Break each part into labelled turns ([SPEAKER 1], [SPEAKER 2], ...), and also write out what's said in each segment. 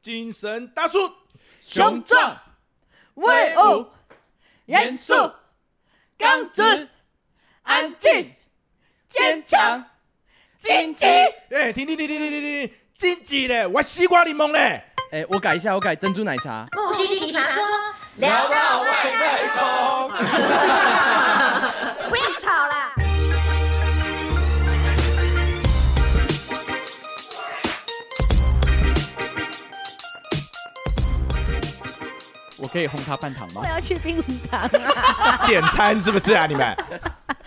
[SPEAKER 1] 精神大叔，
[SPEAKER 2] 雄壮、威武、严肃、刚直、安静、坚强、积极。
[SPEAKER 1] 哎、停停停停停停停，金吉嘞，我西瓜柠檬嘞。
[SPEAKER 3] 哎，我改一下，我改珍珠奶茶。
[SPEAKER 4] 木西西奇葩说，
[SPEAKER 2] 聊到外太
[SPEAKER 4] 空，不要吵啦！
[SPEAKER 3] 我可以轰他半糖吗
[SPEAKER 2] 我？要去冰红糖啊！
[SPEAKER 1] 点餐是不是啊？你们
[SPEAKER 2] 大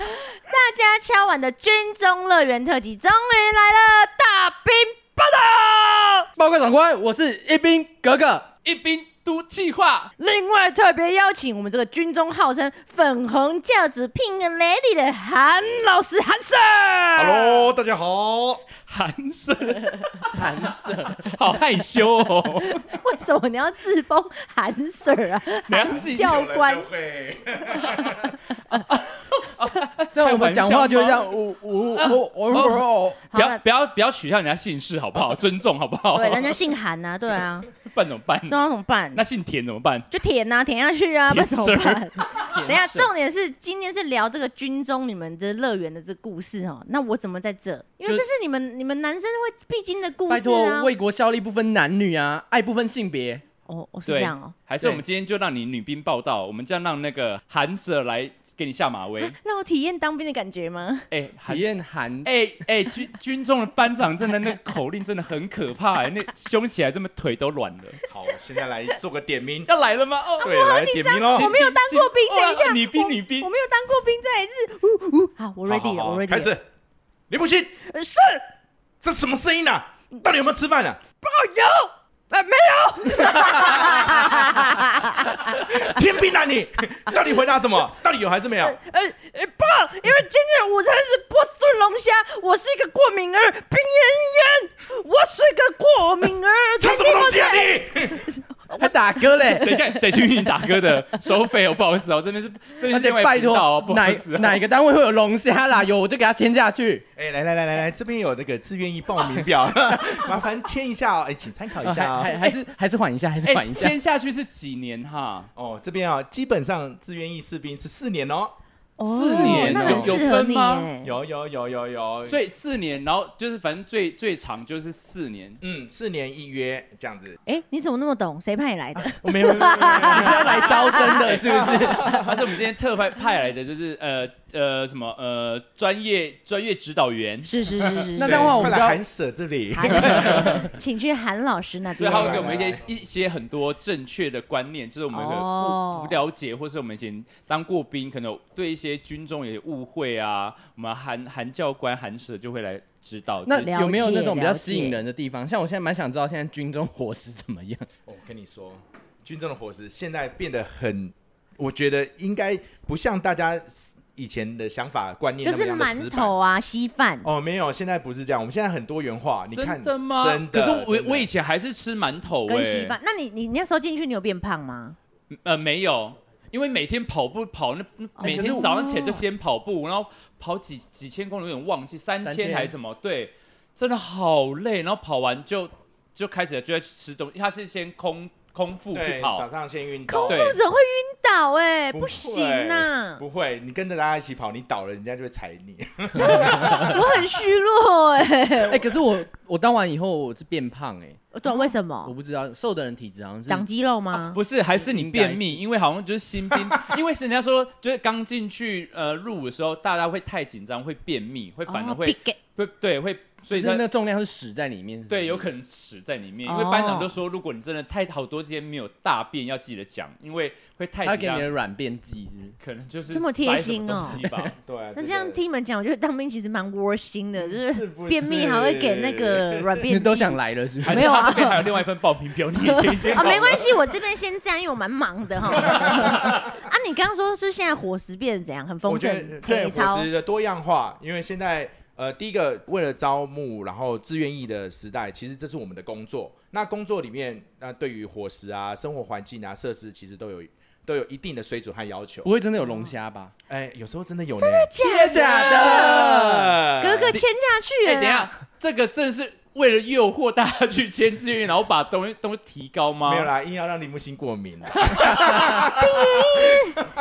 [SPEAKER 2] 家敲碗的军中乐园特辑终于来了，大兵报道。
[SPEAKER 3] 报告长官，我是一兵格格。
[SPEAKER 5] 一兵都计划，
[SPEAKER 2] 另外特别邀请我们这个军中号称粉红教子聘个雷里的韩老师韩 Sir。
[SPEAKER 1] ，Hello，大家好。
[SPEAKER 5] 寒舍，
[SPEAKER 3] 韩 Sir，
[SPEAKER 5] 好害 羞哦。
[SPEAKER 2] 为什么你要自封韩 Sir 啊？
[SPEAKER 5] 良
[SPEAKER 2] 韩
[SPEAKER 5] 心
[SPEAKER 2] 教官，
[SPEAKER 3] 这样我们讲话就会这样，
[SPEAKER 5] 开
[SPEAKER 3] 我我我我我。
[SPEAKER 2] 好
[SPEAKER 5] 不要
[SPEAKER 2] 了，
[SPEAKER 5] 不要不要取笑人家姓氏好不好？尊重好不好？
[SPEAKER 2] 对， 人家姓韩呐、啊，对啊，
[SPEAKER 5] 办怎么办？
[SPEAKER 2] 那要怎么办？
[SPEAKER 5] 那姓田怎么办？
[SPEAKER 2] 就舔呐、舔下去啊，不然怎
[SPEAKER 5] 舔
[SPEAKER 2] 么
[SPEAKER 5] Sir
[SPEAKER 2] 办？等一下，
[SPEAKER 3] 这
[SPEAKER 2] 重点是今天是聊这个军中你们的乐园的这故事哦。那我怎么在这？因为
[SPEAKER 5] 就
[SPEAKER 2] 这是你们你们男生会必经的故
[SPEAKER 3] 拜
[SPEAKER 2] 事
[SPEAKER 3] 托，
[SPEAKER 2] 啊。
[SPEAKER 3] 为国效力不分男女啊，爱不分性别。
[SPEAKER 2] 哦，哦是
[SPEAKER 5] 对
[SPEAKER 2] 这样哦。
[SPEAKER 5] 还是我们今天就让你女兵报道，我们就让那个韩舍来给你下 马威。
[SPEAKER 2] 让我体验当兵的感觉吗？
[SPEAKER 5] 哎，韩
[SPEAKER 3] 体验韩
[SPEAKER 5] 哎哎，军军中的班长真的那个口令真的很可怕哎，那凶起来这么腿都 软了。
[SPEAKER 1] 好，我现在来做个点名。
[SPEAKER 5] 要来了吗？哦，
[SPEAKER 1] 对，来哎点名喽。
[SPEAKER 2] 我没有当过兵，
[SPEAKER 5] 哦
[SPEAKER 2] 等一下，
[SPEAKER 5] 女兵
[SPEAKER 2] 我
[SPEAKER 5] 女兵
[SPEAKER 2] 我没有当过兵，再来一次。呜呜，好，我 ready 了，
[SPEAKER 1] 好好好
[SPEAKER 2] 我 ready 了。
[SPEAKER 1] 开始。李不信，
[SPEAKER 2] 呃是
[SPEAKER 1] 这什么声音啊？到底有没有吃饭啊？
[SPEAKER 2] 哦，有啊，没有，
[SPEAKER 1] 天兵啊你！到底回答什么？到底有还是没 有？
[SPEAKER 2] 呃呃，爸，因为今天的午餐是波士顿龙虾，我是一个过敏儿，冰妍妍，我是个过敏儿，
[SPEAKER 1] 唱什么东西啊你？
[SPEAKER 3] 还打歌嘞，
[SPEAKER 5] 谁看谁去你打歌的收费哦？不好意思哦，这边是这边
[SPEAKER 3] 而
[SPEAKER 5] 是
[SPEAKER 3] 且
[SPEAKER 5] 另外
[SPEAKER 3] 拜
[SPEAKER 5] 频道哦
[SPEAKER 3] 托
[SPEAKER 5] 不，好
[SPEAKER 3] 哪
[SPEAKER 5] 意思哦
[SPEAKER 3] 哪个单位会有龙虾 啦？有我就给他签下去。
[SPEAKER 1] 哎，来来来来来，这边有那个自愿意报名表， 麻烦签一下哦。哎，请参考一下
[SPEAKER 3] 啊还还
[SPEAKER 1] 哦。
[SPEAKER 3] 还是还是缓一下，还是
[SPEAKER 5] 哎，
[SPEAKER 3] 缓一下。
[SPEAKER 5] 签下去是几年哈？
[SPEAKER 1] 哦，这边啊，基本上自愿意士兵是四年哦。
[SPEAKER 5] 四年
[SPEAKER 2] 那很
[SPEAKER 5] 哦有
[SPEAKER 2] 适合
[SPEAKER 5] 分
[SPEAKER 2] 你
[SPEAKER 5] 吗
[SPEAKER 2] 耶。
[SPEAKER 1] 有有有有有，
[SPEAKER 5] 所以四年，然后就是反正最最长就是四年。
[SPEAKER 1] 嗯，四年一约这样子。
[SPEAKER 2] 哎，你怎么那么懂？谁派你来的？
[SPEAKER 1] 我没有，没有没有没有
[SPEAKER 3] 你是要来招生 的，是不是？
[SPEAKER 5] 而且我们今天特派派来的就是呃呃什么呃专业专业指导员，
[SPEAKER 2] 是是是是，
[SPEAKER 3] 那这样的话我们
[SPEAKER 1] 快
[SPEAKER 3] 就
[SPEAKER 1] 来
[SPEAKER 3] 要
[SPEAKER 1] 韩舍这里。
[SPEAKER 2] 啊 韩， 请去韩老师那
[SPEAKER 5] 所以
[SPEAKER 2] 边
[SPEAKER 5] 他。会给我们一些一些很多正确的观念，就是我们可能
[SPEAKER 2] 哦
[SPEAKER 5] 不不了解，或是我们以前当过兵，可能有对一些军中有些误会啊，我们韩韩教官韩舍就会来指导。
[SPEAKER 3] 那
[SPEAKER 5] 就是
[SPEAKER 2] 了
[SPEAKER 3] 有没有
[SPEAKER 2] 解
[SPEAKER 3] 那种比
[SPEAKER 2] 了
[SPEAKER 3] 较
[SPEAKER 2] 解
[SPEAKER 3] 吸引人的地方？像我现在蛮想知道现在军中伙食怎么样。
[SPEAKER 1] 哦我跟你说，军中的伙食现在变得很，我觉得应该不像大家以前的想法观念
[SPEAKER 2] 就
[SPEAKER 1] 那么
[SPEAKER 2] 是
[SPEAKER 1] 样的
[SPEAKER 2] 馒
[SPEAKER 1] 死板
[SPEAKER 2] 头啊，稀饭。
[SPEAKER 1] 哦，没有，现在不是这样，我们现在很多元化。你看，
[SPEAKER 5] 真的吗？
[SPEAKER 1] 真的。
[SPEAKER 5] 可是
[SPEAKER 1] 真的
[SPEAKER 5] 我我以前还是吃馒头
[SPEAKER 2] 跟
[SPEAKER 5] 哎、
[SPEAKER 2] 稀饭，那你你你那时候进去，你有变胖吗？
[SPEAKER 5] 呃，没有，因为每天跑步跑那那每
[SPEAKER 3] 哦可是
[SPEAKER 5] 天
[SPEAKER 3] 我
[SPEAKER 5] 早上起来就先跑步，然后跑几几千公里，有点忘记三
[SPEAKER 3] 三千
[SPEAKER 5] 千还是什么，对，真的好累。然后跑完就就开始就在吃东西，他是先空空腹去
[SPEAKER 1] 对
[SPEAKER 5] 跑
[SPEAKER 1] 早，上先运动
[SPEAKER 2] 空，
[SPEAKER 5] 对
[SPEAKER 2] 腹者会晕倒哎，
[SPEAKER 1] 不
[SPEAKER 2] 不行啊呐，
[SPEAKER 1] 不会，你跟着大家一起跑，你倒了，人家就会踩你。
[SPEAKER 2] 我很虚弱哎。
[SPEAKER 3] 哎、可是我我当完以后我是变胖哎、
[SPEAKER 2] 对，为什
[SPEAKER 3] 我
[SPEAKER 2] 么？
[SPEAKER 3] 不知道瘦的人体质好像是
[SPEAKER 2] 啊长肌肉吗？
[SPEAKER 5] 啊不是，还是你
[SPEAKER 3] 应该是
[SPEAKER 5] 便秘，因为好像就是新 兵，因为是人家说就是刚进去呃入伍的时候，大家会太紧张，会便秘，会反而
[SPEAKER 2] 哦
[SPEAKER 5] 会、
[SPEAKER 2] big gay
[SPEAKER 5] 会对会，
[SPEAKER 3] 就
[SPEAKER 5] 所以
[SPEAKER 3] 是
[SPEAKER 5] 他
[SPEAKER 3] 那个重量是屎在里面是不是
[SPEAKER 5] 对，有可能屎在里面，因为班
[SPEAKER 2] 哦
[SPEAKER 5] 长就说，如果你真的太好多天没有大便，要记得讲，因为会太
[SPEAKER 3] 它给
[SPEAKER 5] 紧
[SPEAKER 3] 你
[SPEAKER 5] 张
[SPEAKER 3] 的，软便剂是不是？
[SPEAKER 5] 可能就是
[SPEAKER 2] 这么贴心哦
[SPEAKER 5] 塞什么东西 吧。
[SPEAKER 1] 对啊，
[SPEAKER 2] 那
[SPEAKER 1] 个
[SPEAKER 2] 这样听你们讲，我觉得当兵其实蛮窝心的，就是
[SPEAKER 1] 是不是
[SPEAKER 2] 便秘还会给那个软
[SPEAKER 3] 你
[SPEAKER 2] 便
[SPEAKER 3] 都
[SPEAKER 2] 剂
[SPEAKER 3] 想来了是不是？
[SPEAKER 5] 还
[SPEAKER 2] 没有啊
[SPEAKER 5] 他后面还有另外一份报名表，你也签一签哎
[SPEAKER 2] 啊，没关系，我这边先这样，因为我蛮忙的哈。啊，你刚刚说是现在伙食变得怎样？很丰
[SPEAKER 1] 我觉得
[SPEAKER 2] 盛，
[SPEAKER 1] 对
[SPEAKER 2] 切
[SPEAKER 1] 伙
[SPEAKER 2] 超
[SPEAKER 1] 食的多样化，因为现在呃，第一个为了招募，然后志愿意的时代，其实这是我们的工作。那工作里面，那、对于伙食啊、生活环境啊、设施，其实都有都有一定的水准和要求
[SPEAKER 3] 不。会真的有龙虾吧？
[SPEAKER 1] 哎、有时候真的有呢，真的
[SPEAKER 2] 假的，
[SPEAKER 3] 假的？
[SPEAKER 2] 哥哥签下去了
[SPEAKER 5] 哎，等一
[SPEAKER 2] 啦。
[SPEAKER 5] 下，这个真的是为了诱惑大家去签志愿役，然后把东西东西提高吗？
[SPEAKER 1] 没有，啦，硬要让林木星过敏啦。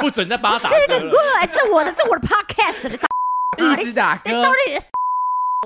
[SPEAKER 5] 不准再帮他打
[SPEAKER 2] 这
[SPEAKER 5] 歌
[SPEAKER 2] 个
[SPEAKER 5] 了。
[SPEAKER 2] 过来，这我的，这我的 podcast，你啊
[SPEAKER 3] 一直打
[SPEAKER 2] 你
[SPEAKER 3] 歌。
[SPEAKER 2] 到底是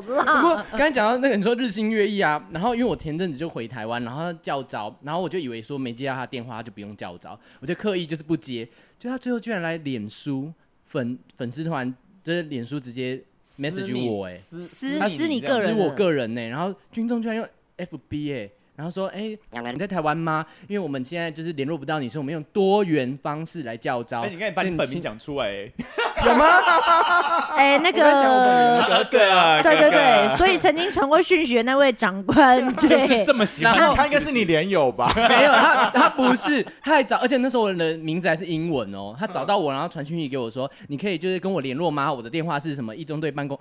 [SPEAKER 3] 不过刚才讲到那个，你说日新月异啊，然后因为我前阵子就回台湾，然后叫招，然后我就以为说没接到他电话他就不用叫招，我就刻意就是不接，就他最后居然来脸书粉粉丝团，就是脸书直接 message 我哎、
[SPEAKER 5] 私
[SPEAKER 3] 私
[SPEAKER 5] 私
[SPEAKER 6] 你
[SPEAKER 5] 这
[SPEAKER 6] 个
[SPEAKER 5] 样
[SPEAKER 6] 人
[SPEAKER 3] 是
[SPEAKER 6] 的
[SPEAKER 3] 我个人呢、然后军中居然用 FB 哎、然后说哎、你在台湾吗？因为我们现在就是联络不到你，所以我们用多元方式来叫招。
[SPEAKER 5] 哎，你看你把
[SPEAKER 3] 所
[SPEAKER 5] 你
[SPEAKER 3] 以
[SPEAKER 5] 本
[SPEAKER 3] 请
[SPEAKER 5] 名讲出来，哎
[SPEAKER 3] 有吗？
[SPEAKER 2] 哎那
[SPEAKER 3] 我刚才讲我本名
[SPEAKER 2] 个？
[SPEAKER 5] 啊
[SPEAKER 1] 哥哥，
[SPEAKER 2] 啊对对
[SPEAKER 1] 哥
[SPEAKER 2] 对，
[SPEAKER 1] 哥
[SPEAKER 2] 所以曾经传过讯息的那位长官，
[SPEAKER 5] 就是
[SPEAKER 2] 对
[SPEAKER 5] 这，么喜欢你。
[SPEAKER 2] 哦
[SPEAKER 3] 然后
[SPEAKER 1] 他应该是你连友吧？
[SPEAKER 3] 没有，他他不是，他还找，而且那时候我的名字还是英文哦，他找到我，然后传讯息给我说，你可以就是跟我联络吗？我的电话是什么？一中队办公，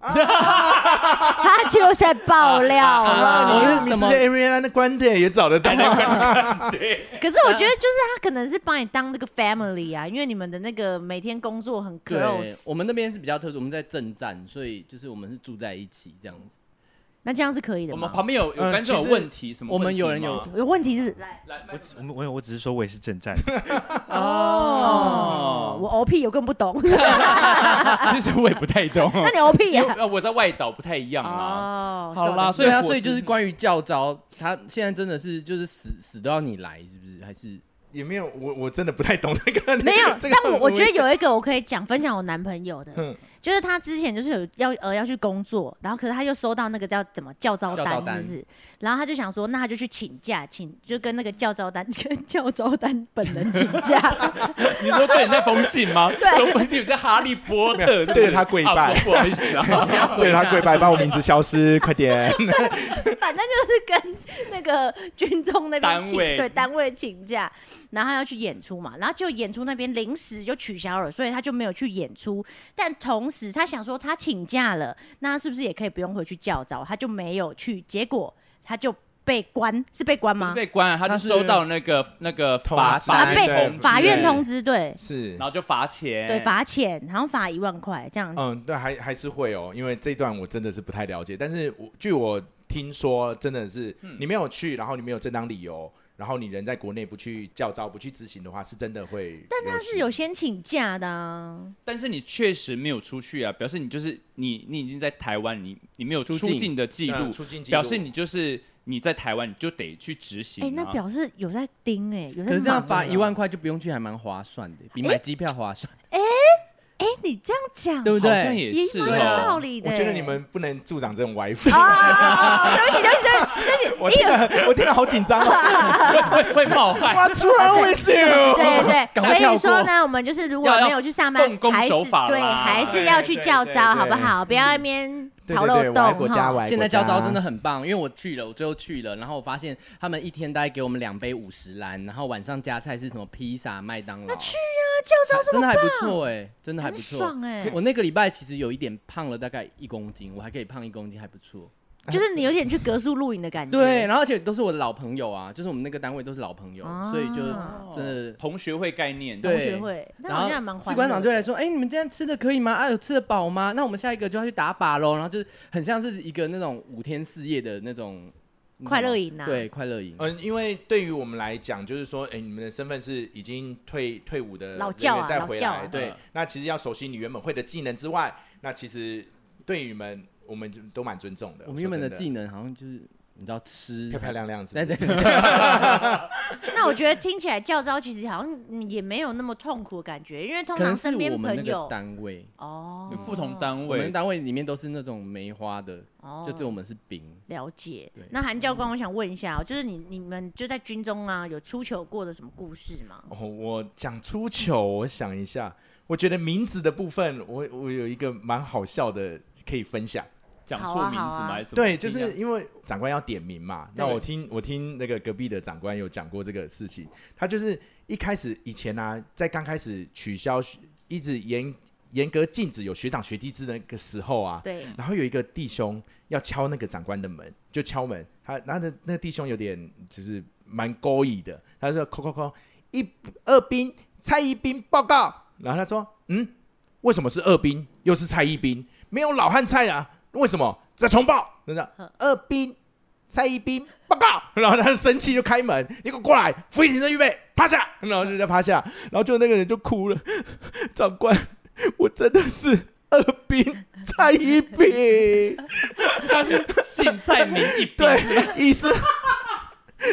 [SPEAKER 2] 他就在爆料
[SPEAKER 3] 啊
[SPEAKER 2] 了。
[SPEAKER 3] 你
[SPEAKER 1] 你是 Ariana 的观点也找得到，
[SPEAKER 2] 可是我觉得就是他可能是把你当那个 family 啊，因为你们的那个每天工作很
[SPEAKER 3] 对
[SPEAKER 2] close，，
[SPEAKER 3] 我们那边是比较特殊，我们在正站，所以就是我们是住在一起这样子。
[SPEAKER 2] 那这样是可以的
[SPEAKER 5] 我
[SPEAKER 2] 吗
[SPEAKER 5] 们？旁边有有
[SPEAKER 1] 嗯
[SPEAKER 5] 观众有
[SPEAKER 1] 其实
[SPEAKER 5] 问题什么
[SPEAKER 3] 我
[SPEAKER 5] 问
[SPEAKER 3] 们
[SPEAKER 5] 题
[SPEAKER 3] 有人
[SPEAKER 5] 吗
[SPEAKER 3] 有
[SPEAKER 2] 有问题是来
[SPEAKER 5] 来
[SPEAKER 6] 我只我我我只是说我也是正战，
[SPEAKER 2] 哦，我 OP 有更不 懂，
[SPEAKER 5] 其实我也不太懂，
[SPEAKER 2] 那你 OP
[SPEAKER 5] 因为
[SPEAKER 2] 呀？
[SPEAKER 5] 呃我在外岛不太一样啦。
[SPEAKER 2] 哦，
[SPEAKER 5] 好啦，所
[SPEAKER 3] 对
[SPEAKER 5] 以
[SPEAKER 3] 啊，
[SPEAKER 5] 我
[SPEAKER 3] 所以就是关于教招，他现在真的是就是死死都要你来，是不是？还是
[SPEAKER 1] 也没有，我我真的不太懂这个。
[SPEAKER 2] 没有，
[SPEAKER 1] 这个
[SPEAKER 2] 但我我觉得有一个我可以讲分享我男朋友的
[SPEAKER 1] 嗯，
[SPEAKER 2] 就是他之前就是有要呃要去工作，然后可是他又收到那个叫怎么教招
[SPEAKER 3] 教招
[SPEAKER 2] 单
[SPEAKER 3] 单
[SPEAKER 2] 是不是？然后他就想说，那他就去请假，请就跟那个教招单 跟教招单本人请假，
[SPEAKER 5] 你说对你那封信吗？
[SPEAKER 2] 对
[SPEAKER 5] 对，你在哈利波
[SPEAKER 1] 没有
[SPEAKER 5] 特是不是
[SPEAKER 1] 对着他跪拜
[SPEAKER 5] 啊不不好意思啊，
[SPEAKER 1] 对他跪拜，把我名字消失，快 点。
[SPEAKER 2] 反正就是跟那个军中那边
[SPEAKER 5] 单
[SPEAKER 2] 请
[SPEAKER 5] 位
[SPEAKER 2] 对单位请假，然后他要去演出嘛，然后就演出那边临时就取消了，所以他就没有去演出。但同时他想说他请假了，那是不是也可以不用回去教招？他就没有去，结果他就被关，是被关
[SPEAKER 5] 不是
[SPEAKER 2] 吗？
[SPEAKER 5] 被关了，他
[SPEAKER 3] 他
[SPEAKER 5] 就是收到那个那个
[SPEAKER 1] 通
[SPEAKER 5] 罚
[SPEAKER 1] 知
[SPEAKER 5] 罚
[SPEAKER 2] 啊，
[SPEAKER 1] 被
[SPEAKER 5] 通
[SPEAKER 2] 被
[SPEAKER 5] 知
[SPEAKER 2] 法院
[SPEAKER 5] 对
[SPEAKER 2] 通知，对
[SPEAKER 1] 是
[SPEAKER 5] 然，后就罚钱，
[SPEAKER 3] 哎
[SPEAKER 2] 对，罚钱，好像罚一万块这
[SPEAKER 3] 哦
[SPEAKER 2] 样。
[SPEAKER 1] 嗯，对，还还是会哦，因为这段我真的是不太了解，但是我据我听说，真的是你没有去，然后你没有正当理由，然后你人在国内不去教招、不去执行的话，是真的会。但
[SPEAKER 2] 但是有先请假的、啊，
[SPEAKER 5] 但是你确实没有出去啊，表示你就是你，你已经在台湾，你你没有出
[SPEAKER 3] 出境
[SPEAKER 5] 境的记录，
[SPEAKER 1] 出境记录
[SPEAKER 5] 表示你就是你在台湾，你就得去执行、
[SPEAKER 2] 哎、
[SPEAKER 5] 啊。
[SPEAKER 2] 那表示有在盯哎、有在
[SPEAKER 3] 可是这样
[SPEAKER 2] 忙
[SPEAKER 3] 罚
[SPEAKER 2] 哎
[SPEAKER 3] 一万块就不用去，还蛮划算的，比买机票划算，
[SPEAKER 2] 哎、你这样讲
[SPEAKER 3] 对不
[SPEAKER 5] 好像
[SPEAKER 3] 对？
[SPEAKER 5] 也
[SPEAKER 2] 也
[SPEAKER 5] 是
[SPEAKER 2] 蛮
[SPEAKER 5] 哦
[SPEAKER 2] 有道理的、
[SPEAKER 1] 我觉得你们不能助长这种歪风。
[SPEAKER 2] 啊啊，啊对不起，对不起，对不起，
[SPEAKER 1] 我听了，我听了好紧张啊！
[SPEAKER 5] 会 会冒 汗。
[SPEAKER 1] 哇，突然为什
[SPEAKER 2] 哦对 对
[SPEAKER 3] 赶快
[SPEAKER 2] 对，所以
[SPEAKER 3] 跳过
[SPEAKER 2] 说呢，我们就是如果
[SPEAKER 5] 要要
[SPEAKER 2] 没有去上班
[SPEAKER 5] 奉，公
[SPEAKER 2] 还是
[SPEAKER 5] 守法
[SPEAKER 2] 对，
[SPEAKER 5] 啦
[SPEAKER 2] 还是要去教
[SPEAKER 1] 对对
[SPEAKER 2] 招，
[SPEAKER 1] 对
[SPEAKER 2] 好不好？不要在那边
[SPEAKER 1] 对
[SPEAKER 2] 逃
[SPEAKER 1] 对
[SPEAKER 2] 漏
[SPEAKER 1] 对，我爱
[SPEAKER 2] 洞
[SPEAKER 1] 国家，
[SPEAKER 2] 哈。
[SPEAKER 1] 我爱国家。
[SPEAKER 3] 现在教招真的很棒，因为我去了，我最后去了，然后我发现他们一天大概给我们两杯五十兰，然后晚上加菜是什么披萨、麦当劳，
[SPEAKER 2] 去啊，教招这
[SPEAKER 3] 真的
[SPEAKER 2] 么
[SPEAKER 3] 还不
[SPEAKER 2] 棒，
[SPEAKER 3] 错哎、真的还不
[SPEAKER 2] 很
[SPEAKER 3] 错
[SPEAKER 2] 爽。哎、
[SPEAKER 3] 我那个礼拜其实有一点胖了，大概一公斤，我还可以胖一公斤，还不错。
[SPEAKER 2] 就是你有点去格数露营的感觉。
[SPEAKER 3] 对，，然后而且都是我的老朋友啊，就是我们那个单位都是老朋友，
[SPEAKER 2] 啊
[SPEAKER 3] 所以就真的。
[SPEAKER 5] 同学会概念，
[SPEAKER 3] 对
[SPEAKER 2] 同学会，那
[SPEAKER 3] 然
[SPEAKER 2] 好
[SPEAKER 3] 后
[SPEAKER 2] 像还蛮欢乐的
[SPEAKER 3] 士官长就来说：“哎、你们这样吃的可以吗？啊，有吃得饱吗？那我们下一个就要去打靶喽。”然后就是很像是一个那种五天四夜的那种
[SPEAKER 2] 快乐营啊
[SPEAKER 3] 对，快乐营。
[SPEAKER 1] 嗯，因为对于我们来讲，就是说，哎、你们的身份是已经退退伍的
[SPEAKER 2] 老
[SPEAKER 1] 人
[SPEAKER 2] 教
[SPEAKER 1] 员
[SPEAKER 2] 啊
[SPEAKER 1] 再
[SPEAKER 2] 老
[SPEAKER 1] 回来，
[SPEAKER 2] 教啊
[SPEAKER 1] 对
[SPEAKER 5] 嗯。
[SPEAKER 1] 那其实要熟悉你原本会的技能之外，那其实对于你们，我们都蛮尊重的。
[SPEAKER 3] 我们原本
[SPEAKER 1] 说
[SPEAKER 3] 的
[SPEAKER 1] 真
[SPEAKER 3] 技能好像就是你知道吃
[SPEAKER 1] 漂漂亮亮是不
[SPEAKER 3] 对
[SPEAKER 1] 是，
[SPEAKER 3] 对
[SPEAKER 2] 那我觉得听起来教招其实好像嗯也没有那么痛苦的感觉，因为通
[SPEAKER 3] 可能
[SPEAKER 2] 常
[SPEAKER 3] 是
[SPEAKER 2] 身边
[SPEAKER 3] 我们那
[SPEAKER 2] 朋
[SPEAKER 3] 个
[SPEAKER 2] 友
[SPEAKER 3] 单位，
[SPEAKER 2] 哦
[SPEAKER 5] 有，不同单
[SPEAKER 3] 我
[SPEAKER 5] 位
[SPEAKER 3] 们单位里面都是那种梅花的，
[SPEAKER 2] 哦
[SPEAKER 3] 就只有我们是饼。
[SPEAKER 2] 了解
[SPEAKER 3] 对。嗯
[SPEAKER 2] 那韩教官，我想问一下哦、就是你你们就在军中啊，有出糗过的什么故事吗？
[SPEAKER 1] 哦，我讲出糗，我想一下，我觉得名字的部分，我我有一个蛮好笑的可以分享。
[SPEAKER 5] 讲
[SPEAKER 2] 好
[SPEAKER 5] 错
[SPEAKER 2] 啊
[SPEAKER 5] 名字吗？
[SPEAKER 2] 好啊
[SPEAKER 5] 还是什么
[SPEAKER 1] 对，就
[SPEAKER 5] 不一
[SPEAKER 1] 是
[SPEAKER 5] 样
[SPEAKER 1] 因为长官要点名嘛。那
[SPEAKER 5] 对
[SPEAKER 1] 我听我听那个隔壁的长官有讲过这个事情，他就是一开始以前啊，在刚开始取消一直严严格禁止有学长学弟制的那个时候啊，
[SPEAKER 2] 对，
[SPEAKER 1] 然后有一个弟兄要敲那个长官的门，就敲门，他然后那那个弟兄有点就是蛮勾引的，他就说扣扣扣，一二兵蔡一兵报告，然后他说嗯，为什么是二兵又是蔡一兵，没有老汉蔡啊？为什么？再重报，真的二兵蔡一兵报告， 然后他就生气就开门，你给我过来，服役停车预备，趴下，然后就在趴下，然后就那个人就哭了， 长官，我真的是二兵蔡一 兵。
[SPEAKER 5] 他是姓蔡名一兵，
[SPEAKER 1] 对，医生。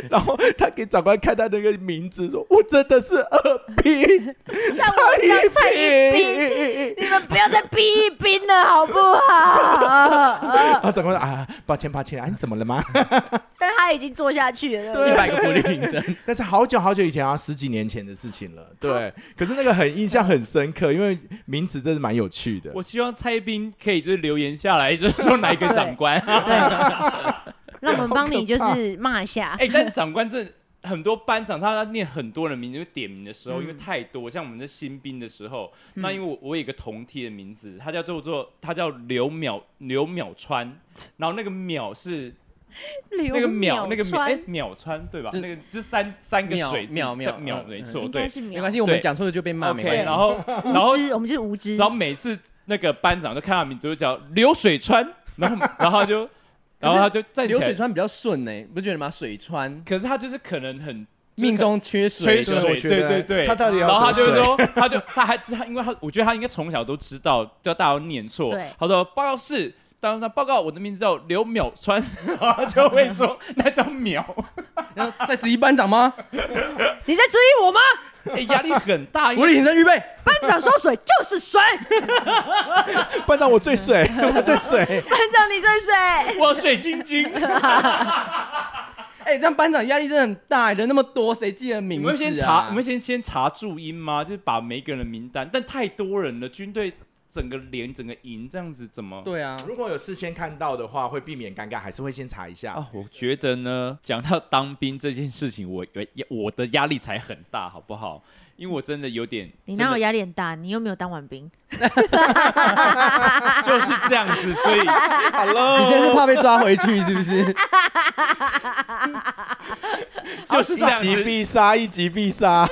[SPEAKER 1] 然后他给长官看他那个名字，说：“我真的是二 兵，
[SPEAKER 2] 但我叫蔡一斌，
[SPEAKER 1] 兵。
[SPEAKER 2] 你们不要再逼一斌了，好不好？
[SPEAKER 1] 然后长官说：“啊，抱歉，抱歉，啊，你怎么了吗
[SPEAKER 2] 但他已经做下去了，
[SPEAKER 1] 对
[SPEAKER 3] 一百个福利名针，？”
[SPEAKER 1] 但是好久好久以前啊，十几年前的事情了。对，可是那个很印象很深刻，因为名字真是蛮有趣的。
[SPEAKER 5] 我希望蔡一兵可以就是留言下来，就是说哪一个长 官。
[SPEAKER 2] 对不对？让我们帮你就是骂一下，
[SPEAKER 5] 哎、但长官这很多班长他要念很多人名字，因为点名的时
[SPEAKER 3] 嗯
[SPEAKER 5] 候，因为太多，像我们在新兵的时候，那因为我我有一个同梯的名字，他叫做做他叫刘淼刘淼川，然后那个淼是那
[SPEAKER 2] 那
[SPEAKER 5] 个淼那个淼哎
[SPEAKER 2] 川
[SPEAKER 5] 淼川对吧？
[SPEAKER 3] 对
[SPEAKER 5] 那个就三三个
[SPEAKER 3] 淼
[SPEAKER 5] 水字
[SPEAKER 3] 淼淼
[SPEAKER 5] 叫淼
[SPEAKER 3] 嗯
[SPEAKER 5] 没
[SPEAKER 3] 嗯
[SPEAKER 5] 错
[SPEAKER 2] 应该
[SPEAKER 5] 哦对
[SPEAKER 2] 是
[SPEAKER 3] 没关
[SPEAKER 2] 淼，
[SPEAKER 3] 系，我们
[SPEAKER 5] 对
[SPEAKER 3] 讲错了就被骂，没关
[SPEAKER 5] OK，
[SPEAKER 3] 系。
[SPEAKER 5] 然后然后
[SPEAKER 2] 无知，我们就是无知
[SPEAKER 5] 然，后每次那个班长就看到名字就叫流水川，然后然后他就然后他就站起
[SPEAKER 3] 流
[SPEAKER 5] 来
[SPEAKER 3] 水，川比较顺呢，不觉得吗？水川
[SPEAKER 5] 可是他就是可能很
[SPEAKER 3] 命中缺水，
[SPEAKER 5] 吹
[SPEAKER 1] 水我
[SPEAKER 5] 水，
[SPEAKER 1] 觉
[SPEAKER 5] 对
[SPEAKER 1] 得
[SPEAKER 5] 对对，
[SPEAKER 1] 他到底要
[SPEAKER 5] 然后他
[SPEAKER 1] 多
[SPEAKER 5] 就
[SPEAKER 1] 水
[SPEAKER 5] 说，他就他还他，因为他我觉得他应该从小都知道，叫大家都念错
[SPEAKER 2] 对。
[SPEAKER 5] 他说报告是，当他报告我的名字叫刘淼川， 然后他就会说那叫淼，
[SPEAKER 3] 然后再质疑班长吗？
[SPEAKER 2] 你在质疑我吗？
[SPEAKER 5] 哎，压力很大。因
[SPEAKER 3] 福
[SPEAKER 5] 为
[SPEAKER 3] 利挺身预备，
[SPEAKER 2] 班长说水 就是水，
[SPEAKER 1] 班长，我最 水，我最水。
[SPEAKER 2] 班长你是水，
[SPEAKER 5] 我水晶晶，
[SPEAKER 3] 哎，这样班长压力真的很大，欸人那么多，谁记得
[SPEAKER 5] 你
[SPEAKER 3] 名字啊？
[SPEAKER 5] 们先查，你们先先查注音吗？就是把每一个人的名单，但太多人了，军队整个连整个营这样子怎么？
[SPEAKER 3] 对啊，
[SPEAKER 1] 如果有事先看到的话，会避免尴尬，还是会先查一下。
[SPEAKER 5] 啊，我觉得呢，讲到当兵这件事情，我我我的压力才很大，好不好？因为我真的有点，
[SPEAKER 2] 你
[SPEAKER 5] 真
[SPEAKER 2] 哪
[SPEAKER 5] 的
[SPEAKER 2] 有压力很大？你又没有当完兵，
[SPEAKER 5] 就是这样子，所以
[SPEAKER 3] 你现在是怕被抓回去是不是？
[SPEAKER 5] 哦就是这样
[SPEAKER 1] 一级
[SPEAKER 5] 子，
[SPEAKER 1] 必杀，一级必杀。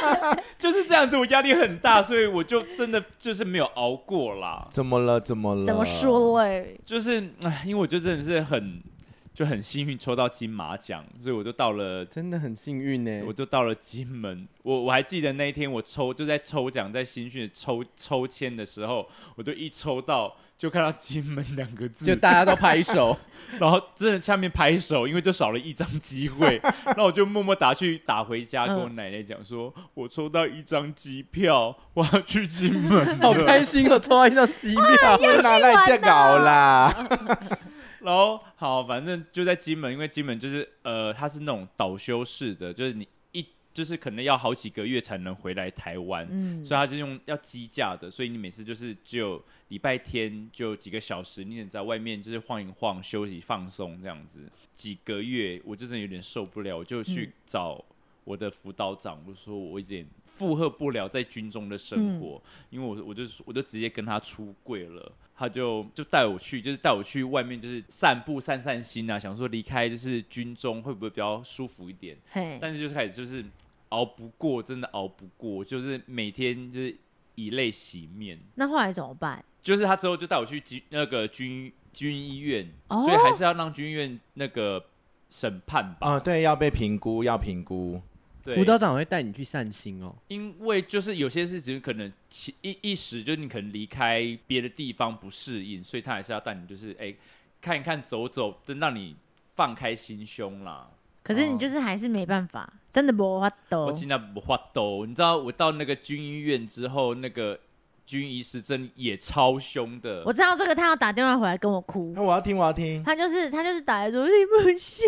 [SPEAKER 5] 就是这样子，我压力很大，所以我就真的就是没有熬过啦。
[SPEAKER 1] 怎么了？怎么了？
[SPEAKER 2] 怎么？说嘞？
[SPEAKER 5] 就是唉，因为我就真的是很就很幸运抽到金马奖，所以我就到了。
[SPEAKER 3] 真的很幸运呢，
[SPEAKER 5] 我就到了金门，我我还记得那一天我抽就在抽奖，在新训抽抽签的时候，我就一抽到就看到金门两个字，
[SPEAKER 3] 就大家都拍手，
[SPEAKER 5] 然后真的下面拍手，因为就少了一张机会，然后我就默默打去打回家，
[SPEAKER 3] 嗯
[SPEAKER 5] 跟我奶奶讲说，我抽到一张机票，我要去金门
[SPEAKER 3] 好
[SPEAKER 5] 了。
[SPEAKER 3] 开心哦，抽到一张机票。
[SPEAKER 1] 又 拿来借搞啦？
[SPEAKER 5] 然后好，反正就在金门，因为金门就是呃，它是那种倒休式的，就是你一就是可能要好几个月才能回来台湾，
[SPEAKER 2] 嗯
[SPEAKER 5] 所以他就用要机架的，所以你每次就是只有礼拜天就几个小时，你得在外面就是晃一晃、休息、放松这样子。几个月我就真的有点受不了，我就去找我的辅导长，我说我有点负荷不了在军中的生活，因为我我就我就直接跟他出柜了。他就就带我去，就是带我去外面，就是散步、散散心啊，想说离开就是军中会不会比较舒服一点？
[SPEAKER 2] 嘿，
[SPEAKER 5] 但是就是开始就是熬不过，真的熬不过，就是每天就是以泪洗面。
[SPEAKER 2] 那后来怎么办？
[SPEAKER 5] 就是他之后就带我去军那个军军医院，
[SPEAKER 2] 哦
[SPEAKER 5] 所以还是要让军医院那个审判吧。
[SPEAKER 1] 啊，对，要被评估，要评估。
[SPEAKER 5] 对，
[SPEAKER 3] 辅导长会带你去散心哦，
[SPEAKER 5] 因为就是有些事情可能其一一时，就是你可能离开别的地方不适应，所以他还是要带你就是哎、看一看走走，真让你放开心胸啦。
[SPEAKER 2] 可是你就是还是没办法，真的没法
[SPEAKER 5] 哦我
[SPEAKER 2] 抖。
[SPEAKER 5] 现在不发抖，你知道我到那个军医院之后，那个军医师真也超凶的
[SPEAKER 2] 我。知道这个，他要打电话回来跟我哭
[SPEAKER 1] 哎那。我要听，我要 听。
[SPEAKER 2] 他就是他就是打来说对不起，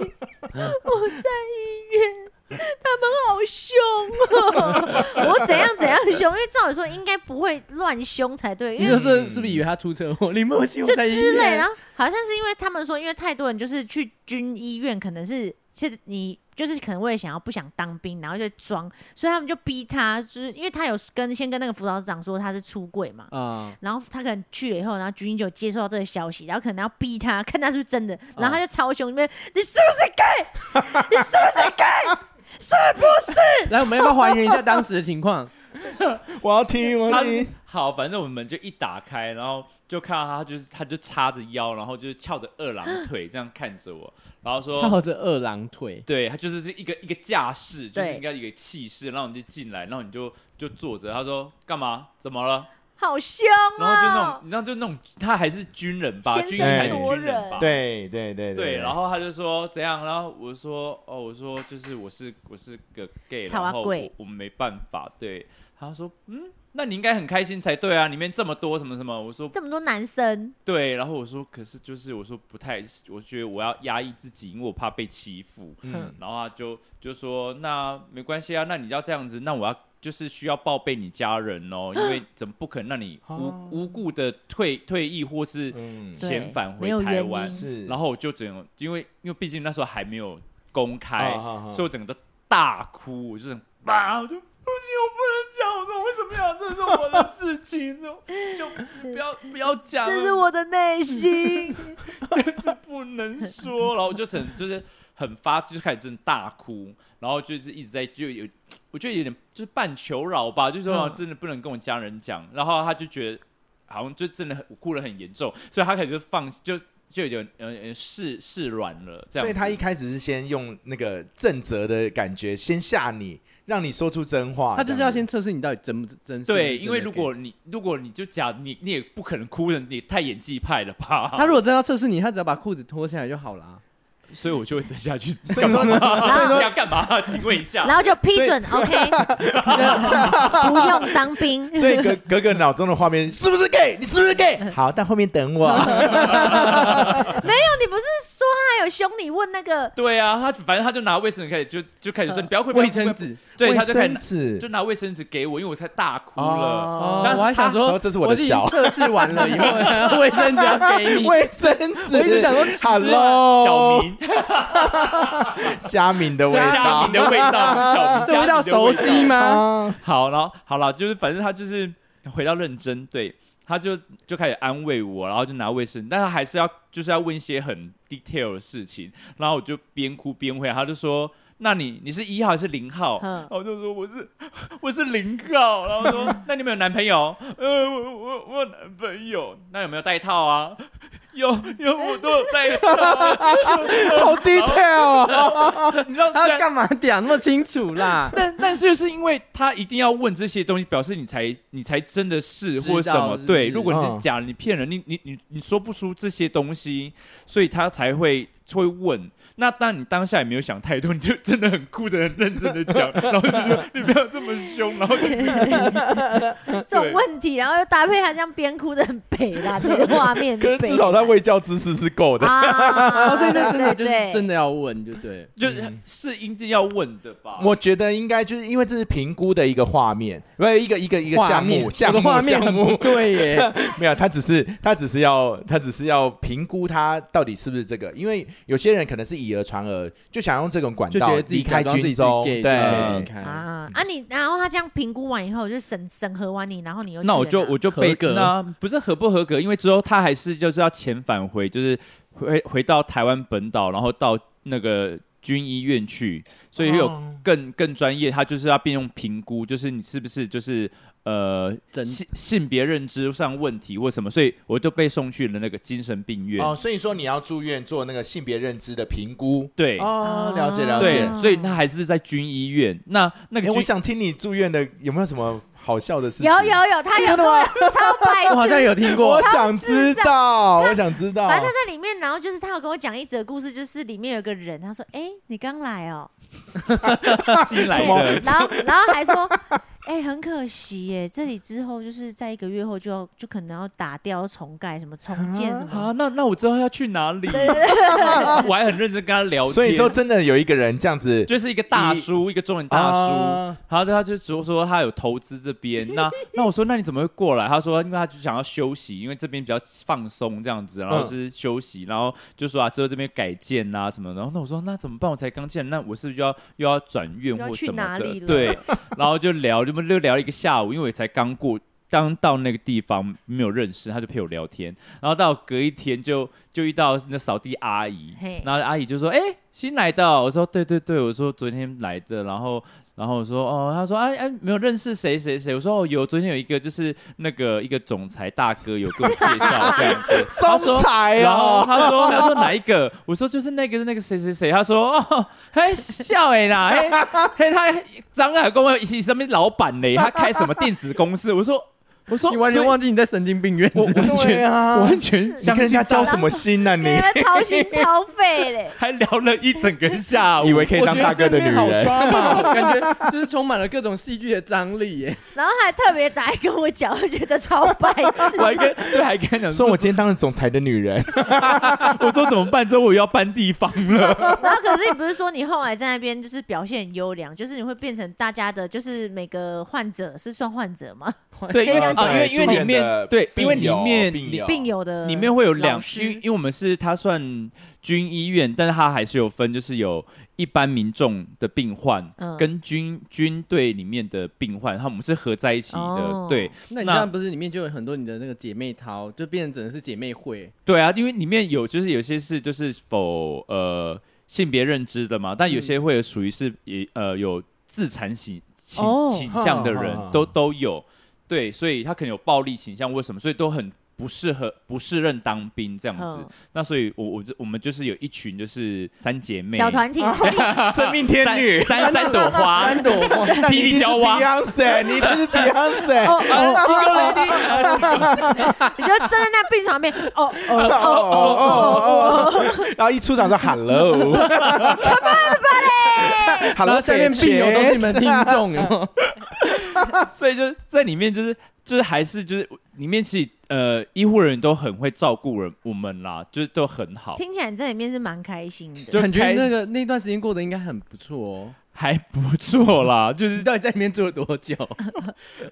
[SPEAKER 2] 我在医院，他们好凶哦，我怎样怎样凶，因为照理说应该不会乱凶才对，
[SPEAKER 3] 你
[SPEAKER 2] 因为
[SPEAKER 3] 就。是是不是以为他出车祸？林默希
[SPEAKER 2] 嗯就
[SPEAKER 3] 我在医
[SPEAKER 2] 之类，
[SPEAKER 3] 院
[SPEAKER 2] 然，后好像是因为他们说，因为太多人就是去军医院，可能是其实你就是可能为了想要不想当兵，然后就装，所以他们就逼他，就是因为他有跟先跟那个辅导长说他是出柜嘛，
[SPEAKER 3] 啊，
[SPEAKER 2] 然后他可能去了以后，然后军医就接受到这个消息，然后可能要逼他看他是不是真的，
[SPEAKER 1] 啊
[SPEAKER 2] 然后他就超凶，因为你是不是 gay？你 是不是 gay？是不是？
[SPEAKER 3] 来，我们要不要还原一下当时的情况？
[SPEAKER 1] 我要听，我
[SPEAKER 5] 他
[SPEAKER 1] 要听。
[SPEAKER 5] 好，反正我们门就一打开，然后就看到他，就是他就叉着腰，然后就是翘着二郎腿这样看着我，然后
[SPEAKER 3] 翘
[SPEAKER 5] 说，
[SPEAKER 3] 着二郎腿，
[SPEAKER 5] 对他就是这一个一个架势，就是
[SPEAKER 2] 对
[SPEAKER 5] 应该一个气势，然后你就进来，然后你就就坐着，他说干嘛？怎么了？
[SPEAKER 2] 好凶
[SPEAKER 5] 然后就那种
[SPEAKER 2] 哦，，
[SPEAKER 5] 你知道就那种他还是军人吧，
[SPEAKER 2] 先
[SPEAKER 5] 军
[SPEAKER 1] 声
[SPEAKER 5] 人还是
[SPEAKER 1] 夺
[SPEAKER 5] 军人
[SPEAKER 2] 人
[SPEAKER 5] 吧，
[SPEAKER 1] 对对对
[SPEAKER 5] 对，然后他就说怎样，然后我说哦，我说就是我是我是个 gay，
[SPEAKER 2] 草啊
[SPEAKER 5] 然后
[SPEAKER 2] 贵
[SPEAKER 5] 我我们没办法。对，他说嗯，那你应该很开心才对啊，里面这么多什么什么。我说
[SPEAKER 2] 这么多 男生，
[SPEAKER 5] 对，然后我说可是就是我说不太，我觉得我要压抑自己，因为我怕被欺负。
[SPEAKER 1] 嗯
[SPEAKER 5] 然后他就就说那没关系啊，那你要这样子，那我要。就是需要报备你家人哦，因为怎么不可能让你无、无故的退退役或是
[SPEAKER 1] 嗯
[SPEAKER 2] 对
[SPEAKER 5] 遣返
[SPEAKER 2] 没
[SPEAKER 5] 回
[SPEAKER 2] 有
[SPEAKER 5] 台
[SPEAKER 2] 原
[SPEAKER 5] 湾
[SPEAKER 2] 因，
[SPEAKER 1] 是，哦
[SPEAKER 5] 然后我就整个，因为因为毕竟那时候还没有公开，
[SPEAKER 1] 啊啊啊
[SPEAKER 5] 所以我整个都大哭，我就整个啊，我就不行，我不能讲，我说为什么要，这是我的事情，就就不要不要讲，
[SPEAKER 2] 这是我的 内心。
[SPEAKER 5] 就是不能说，然后我就整就是很发，就是开始真的大哭，然后就是一直在就有，我觉得有点就是半求饶吧，就是说、
[SPEAKER 2] 嗯
[SPEAKER 5] 真的不能跟我家人讲，然后他就觉得好像就真的很我哭得很严重，所以他开始就放就就有点呃呃示示软了，这样子，
[SPEAKER 1] 所以他一开始是先用那个正则的感觉先吓你，让你说出真话。
[SPEAKER 3] 他就是要
[SPEAKER 1] 这样
[SPEAKER 3] 先测试你到底真不真是不是
[SPEAKER 5] 对，
[SPEAKER 3] 真
[SPEAKER 5] 因为
[SPEAKER 3] 的
[SPEAKER 5] 如
[SPEAKER 3] gay
[SPEAKER 5] 果你如果你就假你你也不可能哭的，你也太演技派了吧？
[SPEAKER 3] 他如果真的要测试你，他只要把裤子脱下来就好啦。
[SPEAKER 5] 所以我就会蹲下去，
[SPEAKER 1] 所以说
[SPEAKER 5] 干嘛
[SPEAKER 2] 所以 说
[SPEAKER 5] 要干嘛？请问一下，
[SPEAKER 2] 然后就批准，OK，不用当兵。
[SPEAKER 1] 子。所以 格格格脑中的画面是不是 gay？你是不是 gay？好，但后面等我。
[SPEAKER 2] 你不是说他有凶你问那个？
[SPEAKER 5] 对啊，他反正他就拿卫生纸开始就就开始说，你不要哭，不要
[SPEAKER 3] 卫
[SPEAKER 5] 哭不
[SPEAKER 3] 生
[SPEAKER 5] 要哭
[SPEAKER 3] 纸，
[SPEAKER 5] 对，
[SPEAKER 1] 卫
[SPEAKER 5] 他就开始
[SPEAKER 1] 生
[SPEAKER 5] 拿就
[SPEAKER 1] 纸。
[SPEAKER 5] 拿卫生纸给我，因为我才大哭了。
[SPEAKER 1] 哦
[SPEAKER 3] 哦
[SPEAKER 5] 但是
[SPEAKER 3] 我还想
[SPEAKER 5] 他
[SPEAKER 1] 哦
[SPEAKER 3] 说，
[SPEAKER 1] 这是我的
[SPEAKER 3] 已
[SPEAKER 1] 小
[SPEAKER 3] 经测试完了以后，还要卫 生纸要给 你。
[SPEAKER 1] 卫生纸，
[SPEAKER 3] 我一直想说
[SPEAKER 1] ，Hello，
[SPEAKER 5] 小明，
[SPEAKER 1] 佳敏的味
[SPEAKER 5] 家
[SPEAKER 1] 道
[SPEAKER 5] 明的味道，小明
[SPEAKER 3] 这味道熟悉？
[SPEAKER 5] 嘉 敏的味道
[SPEAKER 3] 吗？
[SPEAKER 1] 啊，
[SPEAKER 5] 好，然后好了，就是反正他就是回到认真，对，他就就开始安慰我，然后就拿卫生纸，但他还是要就是要问一些很 detail 的事情，然后我就边哭边回，他就说。那你你是一号还是零号？
[SPEAKER 1] 哦
[SPEAKER 2] 嗯
[SPEAKER 5] 然后我就说我是我是零号，然后说那你们有男朋友？呃，我我我有男朋友，那有没有戴套啊？有有，我都有戴套 啊、
[SPEAKER 1] 好 detail
[SPEAKER 3] 啊
[SPEAKER 1] 哦。
[SPEAKER 5] 你知道
[SPEAKER 3] 他
[SPEAKER 5] 虽
[SPEAKER 3] 要
[SPEAKER 5] 然
[SPEAKER 3] 干嘛讲那么清楚啦？
[SPEAKER 5] 但但是就是因为他一定要问这些东西，表示你才你才真的是
[SPEAKER 3] 知道
[SPEAKER 5] 或什么
[SPEAKER 3] 是不是
[SPEAKER 5] 对。如果你
[SPEAKER 1] 嗯
[SPEAKER 5] 是假的，你骗人，你你你你说不出这些东西，所以他才会会问。那但你当下也没有想太多，你就真的很酷的、很认真的讲，然后就说 你不要这么凶，然后就
[SPEAKER 3] 嗯
[SPEAKER 2] 这种问题，然后又搭配他这样边哭的很北啦，那个画 面
[SPEAKER 1] 可
[SPEAKER 2] 很
[SPEAKER 1] 是
[SPEAKER 2] 北
[SPEAKER 1] 至少他卫教知识是够的。
[SPEAKER 2] 啊
[SPEAKER 3] 哦，所以这真的就是
[SPEAKER 2] 对
[SPEAKER 3] 真的要问，就对。
[SPEAKER 5] 就是是一定要问的吧？
[SPEAKER 1] 我觉得应该就是因为这是评估的一个画面，不是一个一个一个项目，项
[SPEAKER 3] 我的
[SPEAKER 1] 目
[SPEAKER 3] 画面
[SPEAKER 1] 项
[SPEAKER 3] 很
[SPEAKER 1] 目
[SPEAKER 3] 不对耶。
[SPEAKER 1] 没有，他只是他只是要他只是要评估他到底是不是这个，因为有些人可能是以讹传讹，就想用这种管
[SPEAKER 3] 就觉
[SPEAKER 1] 道
[SPEAKER 3] 得自己
[SPEAKER 1] 离
[SPEAKER 3] 假
[SPEAKER 1] 开
[SPEAKER 3] 装自
[SPEAKER 1] 军
[SPEAKER 3] 己是
[SPEAKER 1] 中，
[SPEAKER 3] gay，
[SPEAKER 1] 对。
[SPEAKER 3] 对，嗯看
[SPEAKER 2] 啊
[SPEAKER 5] 嗯
[SPEAKER 2] 啊！你然后他这样评估完以后，就审审核完你，然后你又
[SPEAKER 5] 那我
[SPEAKER 2] 去
[SPEAKER 5] 就
[SPEAKER 2] 了哪
[SPEAKER 5] 我就被
[SPEAKER 3] 合格
[SPEAKER 5] 啊那不是合不合格，因为之后他还是就是要遣返回，就是回回到台湾本岛，然后到那个军医院去，所以会有
[SPEAKER 1] 哦
[SPEAKER 5] 更更专业，他就是要变用评估，就是你是不是就是呃
[SPEAKER 3] 真
[SPEAKER 5] 性性别认知上问题或什么，所以我就被送去了那个精神病院。
[SPEAKER 1] 哦，所以说你要住院做那个性别认知的评估。
[SPEAKER 5] 对、
[SPEAKER 1] 哦，了解了解
[SPEAKER 5] 对。，所以他还是在军医院。那那个
[SPEAKER 1] 哎，
[SPEAKER 5] 军
[SPEAKER 1] 我想听你住院的有没有什么好笑的事情？哎
[SPEAKER 2] 有有有，他有
[SPEAKER 1] 真的吗？
[SPEAKER 2] 超 白
[SPEAKER 3] 我好像
[SPEAKER 2] 痴。
[SPEAKER 3] 有听过
[SPEAKER 1] 我，想知道，我想知道
[SPEAKER 2] 反。正他在里面，然后就是他有跟我讲一则故事，就是里面有个人，他说：“哎、你刚来哦、
[SPEAKER 5] 新来
[SPEAKER 2] 对
[SPEAKER 5] 的，
[SPEAKER 2] 然后然后还说，哎、很可惜耶，这里之后就是在一个月后就要就可能要打掉、重盖什么、重建什么。
[SPEAKER 5] 啊，那那我知道要去哪里，我还很认真跟他聊天。
[SPEAKER 1] 所以说，真的有一个人这样子，
[SPEAKER 5] 就是一个大叔，一个中年大叔，
[SPEAKER 1] 啊
[SPEAKER 5] 然后他就说说他有投资这边，那那我说那你怎么会过来？他说因为他就想要休息，因为这边比较放松这样子，然后就是休息，然后就说啊，之后这边改建啊什么的，然后那我说那怎么办？我才刚进来，那我是不是就要又要转院
[SPEAKER 2] 要
[SPEAKER 5] 或
[SPEAKER 2] 去
[SPEAKER 5] 什么
[SPEAKER 2] 哪
[SPEAKER 5] 的
[SPEAKER 2] 里？了
[SPEAKER 5] 对，然后就聊，就就聊了一个下午，因为我才刚过。刚到那个地方没有认识，他就陪我聊天，然后到隔一天就就遇到那扫地阿姨
[SPEAKER 2] 嘿，
[SPEAKER 5] 然后阿姨就说：“哎、新来的哦、我说：“对对对，我说昨天来的。”然后然后我说哦，他说哎哎、没有认识谁谁谁，我说哦有，昨天有一个就是那个一个总裁大哥有给我介绍这样子，他说
[SPEAKER 1] 总
[SPEAKER 3] 哎
[SPEAKER 1] 裁
[SPEAKER 5] 然后
[SPEAKER 1] 哦，
[SPEAKER 5] 他说他说哪一个？我说就是那个那个谁谁谁。他说哦，嘿笑哎 啦，嘿嘿他张海跟我一起什么老板嘞？他开什么电子公司？我说我说
[SPEAKER 3] 你完全
[SPEAKER 5] 所以
[SPEAKER 3] 忘记你在神经病院。
[SPEAKER 5] 我完
[SPEAKER 1] 对
[SPEAKER 5] 全、
[SPEAKER 1] 啊
[SPEAKER 5] 我完全
[SPEAKER 1] 你跟
[SPEAKER 5] 相
[SPEAKER 1] 人
[SPEAKER 5] 信
[SPEAKER 1] 家交
[SPEAKER 5] 到。
[SPEAKER 1] 什么心呢、啊？
[SPEAKER 2] 给
[SPEAKER 1] 你
[SPEAKER 2] 他掏心掏肺嘞
[SPEAKER 5] 还聊了一整个下午，
[SPEAKER 1] 以为可以当大哥的女
[SPEAKER 3] 我觉得
[SPEAKER 1] 人
[SPEAKER 3] 这，边好 drama，感觉就是充满了各种戏剧的张力耶。
[SPEAKER 2] 然后还特别打来跟我讲，我觉得超白痴
[SPEAKER 5] 我。还跟对还跟他讲
[SPEAKER 1] 说
[SPEAKER 5] 说，
[SPEAKER 1] 我
[SPEAKER 5] 我
[SPEAKER 1] 今天当了总裁的女人，
[SPEAKER 5] 我说怎么办？之后我又要搬地方 了，
[SPEAKER 2] 然后可是你不是说你后来在那边就是表现很优良，就是你会变成大家的，就是每个患者是算患者吗？
[SPEAKER 5] 对，因为啊，因为
[SPEAKER 1] 哎
[SPEAKER 5] 因为里面对，因为里面
[SPEAKER 1] 病友
[SPEAKER 2] 病友的
[SPEAKER 5] 哦里面会有
[SPEAKER 2] 老
[SPEAKER 5] 两，因为
[SPEAKER 2] 师
[SPEAKER 5] 因为我们是它算军医院，但是它还是有分，就是有一般民众的病患、
[SPEAKER 2] 嗯
[SPEAKER 5] 跟军军队里面的病患，他们是合在一起的。
[SPEAKER 2] 哦
[SPEAKER 5] 对
[SPEAKER 3] 那你这
[SPEAKER 5] 那
[SPEAKER 3] 样不是里面就有很多你的那个姐妹淘，就变成整个是姐妹会，
[SPEAKER 5] 对啊，因为里面有就是有些是就是否呃性别认知的嘛，但有
[SPEAKER 2] 嗯
[SPEAKER 5] 些会有属于是也呃有自残倾倾
[SPEAKER 2] 哦
[SPEAKER 5] 倾向的人
[SPEAKER 1] 哈哈
[SPEAKER 5] 都都有，对，所以他可能有暴力倾向或什么，所以都很不适合不适任当兵这样子。
[SPEAKER 2] 嗯
[SPEAKER 5] 那所以我，我就我们就是有一群就是三姐妹，
[SPEAKER 2] 小 团体，
[SPEAKER 1] 真命天
[SPEAKER 5] 三
[SPEAKER 1] 女，
[SPEAKER 5] 三三 朵花，
[SPEAKER 3] 三朵花。
[SPEAKER 1] 那你一定
[SPEAKER 5] 霹雳
[SPEAKER 1] 是
[SPEAKER 5] 娇娃
[SPEAKER 1] ，Beyonce，你一定是
[SPEAKER 2] 哦
[SPEAKER 1] Beyonce，
[SPEAKER 2] 你就站在那病床边，哦哦
[SPEAKER 1] 哦
[SPEAKER 2] 哦
[SPEAKER 1] 哦哦哦，然后一出场就 Hello，Hello，
[SPEAKER 3] 然后下面病友都是你们听众哦，
[SPEAKER 5] 所以就在里面就是就是还是就是里面其实呃医护人员都很会照顾人我们啦，就是都很好，
[SPEAKER 2] 听起来你在里面是蛮开心的。
[SPEAKER 5] 就
[SPEAKER 3] 感觉
[SPEAKER 5] 开
[SPEAKER 3] 那个那段时间过得应该很不错哦。
[SPEAKER 5] 还不错啦。 就
[SPEAKER 3] 你
[SPEAKER 5] 是
[SPEAKER 3] 到底在里面住了多久？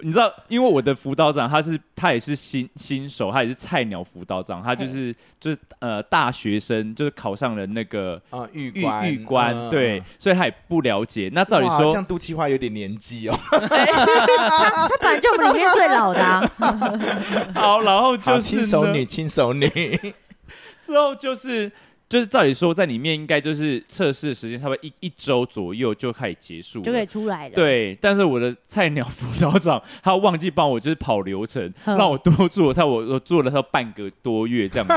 [SPEAKER 5] 你知道，因为我的辅导长他是他也是新新手，他也是菜鸟辅导长，他就是就是呃大学生，就是考上了那个。
[SPEAKER 1] 啊，玉
[SPEAKER 5] 玉
[SPEAKER 1] 官
[SPEAKER 5] 玉官
[SPEAKER 1] 嗯
[SPEAKER 5] 对，所以他也不了解。那照理
[SPEAKER 1] 哇
[SPEAKER 5] 说
[SPEAKER 1] 像，杜琪华有点年纪哦，
[SPEAKER 2] 他他本来就我们里面最老的、啊，
[SPEAKER 5] 好，然后
[SPEAKER 1] 好，
[SPEAKER 5] 就是
[SPEAKER 1] 亲手
[SPEAKER 5] 呢
[SPEAKER 1] 女，亲手女，
[SPEAKER 5] 之后就是就是照理说，在里面应该就是测试的时间差不多一一周左右就开始结束了，
[SPEAKER 2] 就可以出来了。，
[SPEAKER 5] 对，但是我的菜鸟辅导长他忘记帮我就是跑流程，
[SPEAKER 2] 嗯
[SPEAKER 5] 让我多做，才我我做了他半个多月这样子，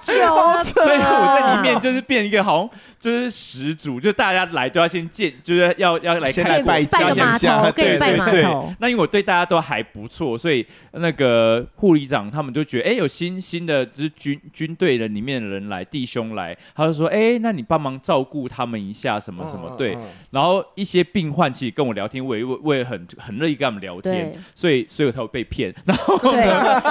[SPEAKER 2] 久了，
[SPEAKER 5] 啊所以我在里面就是变一个好像就是始祖，就大家来都要先见，就是要要来
[SPEAKER 1] 先
[SPEAKER 5] 看
[SPEAKER 1] 来
[SPEAKER 5] 过
[SPEAKER 1] 拜
[SPEAKER 2] 拜
[SPEAKER 1] 家
[SPEAKER 2] 个码
[SPEAKER 1] 一下，
[SPEAKER 2] 头，给
[SPEAKER 5] 对
[SPEAKER 2] 你拜
[SPEAKER 5] 对
[SPEAKER 2] 码
[SPEAKER 5] 对
[SPEAKER 2] 头。，
[SPEAKER 5] 那因为我对大家都还不错，所以那个护理长他们就觉得，哎、有新新的就是军军队的里面的人来，弟兄来，他就说，哎、那你帮忙照顾他们一下，什么什么，对。
[SPEAKER 1] 嗯
[SPEAKER 5] 然后一些病患其实跟我聊天，我也我我也很很乐意跟他们聊天
[SPEAKER 2] 对，
[SPEAKER 5] 所以所以我才会被骗。然后
[SPEAKER 2] 对，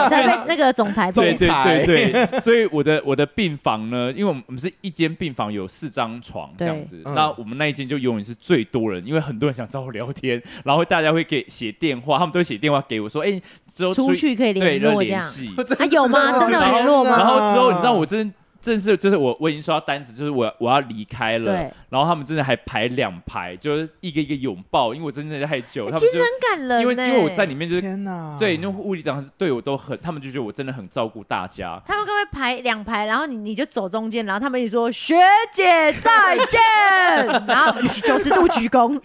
[SPEAKER 2] 在被那个总裁
[SPEAKER 5] 对
[SPEAKER 2] 被
[SPEAKER 5] 对
[SPEAKER 1] 裁
[SPEAKER 5] 对对， 所以我的我的病房呢，因为我们我们是一间病房有四张床这
[SPEAKER 2] 对
[SPEAKER 5] 样子，
[SPEAKER 1] 嗯
[SPEAKER 5] 那我们那一间就永远是最多人，因为很多人想找我聊天，然后大家会给写电话，他们都会写电话给我说，哎、之后
[SPEAKER 2] 出去可以
[SPEAKER 5] 对
[SPEAKER 2] 联络这
[SPEAKER 5] 联
[SPEAKER 2] 样。
[SPEAKER 5] 系，
[SPEAKER 2] 啊，有吗？真的有联络
[SPEAKER 1] 天
[SPEAKER 5] 然
[SPEAKER 1] 哪
[SPEAKER 2] 吗？
[SPEAKER 5] 后之后你知道我真正式就是我我已经收到单子，就是我我要离开了
[SPEAKER 2] 对，
[SPEAKER 5] 然后他们真的还排两排，就是一个一个拥抱，因为我真的太久，他们
[SPEAKER 2] 其实
[SPEAKER 5] 就
[SPEAKER 2] 很感人、欸，啊
[SPEAKER 5] 因为因为我在里面就是。
[SPEAKER 1] 天哪，
[SPEAKER 5] 对，那物理长对我都很，他们就觉得我真的很照顾大家，
[SPEAKER 2] 他们会不会排两排，然后你你就走中间，然后他们一直说学姐再 见，然后九十度鞠躬，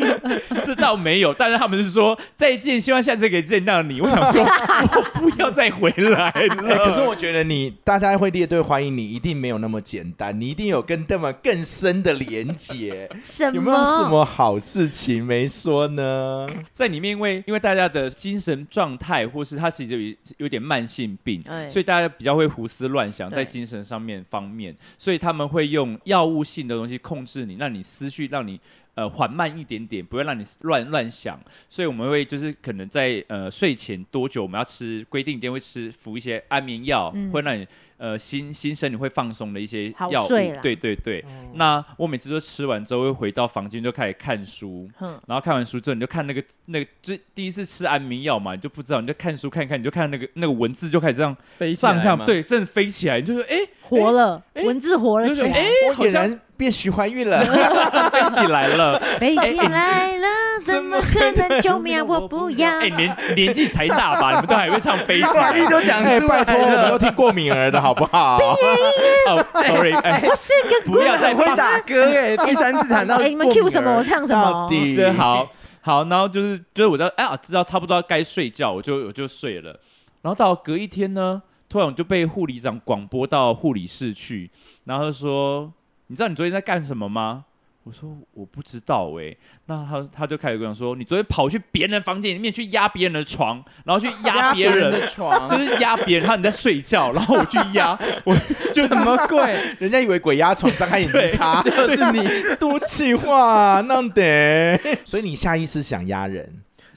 [SPEAKER 5] 这倒没有， 但是他们是说再见，希望下次可以见到你。我想说，我不要再回来
[SPEAKER 1] 哎、
[SPEAKER 5] 了。
[SPEAKER 1] 可是我觉得你大家会列队欢迎你，一定没有那么简单，你一定有跟他们更深的连结。
[SPEAKER 2] 什
[SPEAKER 1] 有没有什么好事情没说呢？
[SPEAKER 5] 在里面，因为因为大家的精神状态，或是他其实有有点慢性病，
[SPEAKER 2] 哎
[SPEAKER 5] 所以大家比较会胡思乱想，
[SPEAKER 2] 对
[SPEAKER 5] 在精神上面方面，所以他们会用药物性的东西控制你，让你思绪让你。呃，缓慢一点点，不会让你乱乱想，所以我们会就是可能在呃睡前多久我们要吃规定一定会吃服一些安眠药，
[SPEAKER 2] 嗯
[SPEAKER 5] 会让你呃心心身你会放松的一些
[SPEAKER 2] 好
[SPEAKER 5] 药物
[SPEAKER 2] 睡啦，
[SPEAKER 5] 对对对。那我每次都吃完之后会回到房间就开始看书，
[SPEAKER 2] 嗯
[SPEAKER 5] 然后看完书之后，你就看那个那个，就第一次吃安眠药嘛，你就不知道，你就看书看一看，你就看那个那个文字就开始这样
[SPEAKER 3] 飞起来
[SPEAKER 5] 上下，
[SPEAKER 3] 吗，
[SPEAKER 5] 对，真的飞起来，你就说哎，
[SPEAKER 2] 活了，
[SPEAKER 5] 哎
[SPEAKER 2] 文字活了
[SPEAKER 5] 就
[SPEAKER 2] 起
[SPEAKER 5] 是
[SPEAKER 2] 来，
[SPEAKER 5] 哎，
[SPEAKER 1] 我
[SPEAKER 5] 好
[SPEAKER 1] 俨
[SPEAKER 5] 像哎
[SPEAKER 1] 然变徐怀钰了，
[SPEAKER 5] 飞起来了，
[SPEAKER 2] 飞起来了，怎么可能？救命啊！我不要。
[SPEAKER 5] 哎，年 年纪才大吧，你们都还会唱悲 情
[SPEAKER 3] 把一都讲出来
[SPEAKER 1] 哎，
[SPEAKER 3] 了，
[SPEAKER 1] 拜托，我们都听过敏儿的好不好？
[SPEAKER 5] 哦，sorry，哎，
[SPEAKER 2] 我是个
[SPEAKER 5] 不
[SPEAKER 2] 鬼。
[SPEAKER 5] 要再
[SPEAKER 3] 很会
[SPEAKER 5] 放
[SPEAKER 3] 打歌哎，第三次谈到
[SPEAKER 2] 哎，你们
[SPEAKER 3] 过敏
[SPEAKER 2] Q 什么
[SPEAKER 3] 儿
[SPEAKER 2] 我唱什么
[SPEAKER 1] 到。底
[SPEAKER 5] 对，好好，然后就是就是我知道，哎啊，知道差不多该睡觉，我就我就睡了。然后到隔一天呢，突然我就被护理长广播到护理室去，然后他就说：“你知道你昨天在干什么吗？”我说：“我不知道哎、那他他就开始跟我说：“你昨天跑去别人的房间里面去压别人的床，然后去压
[SPEAKER 3] 压
[SPEAKER 5] 别人。”
[SPEAKER 3] 的床
[SPEAKER 5] 就，是压别人，他你在睡觉，然后我去 压，我就是
[SPEAKER 3] 什么鬼？
[SPEAKER 1] 人家以为鬼压床，张开眼睛是他，
[SPEAKER 3] 就是你，
[SPEAKER 1] 多气话，弄得。所以你下意识想压人，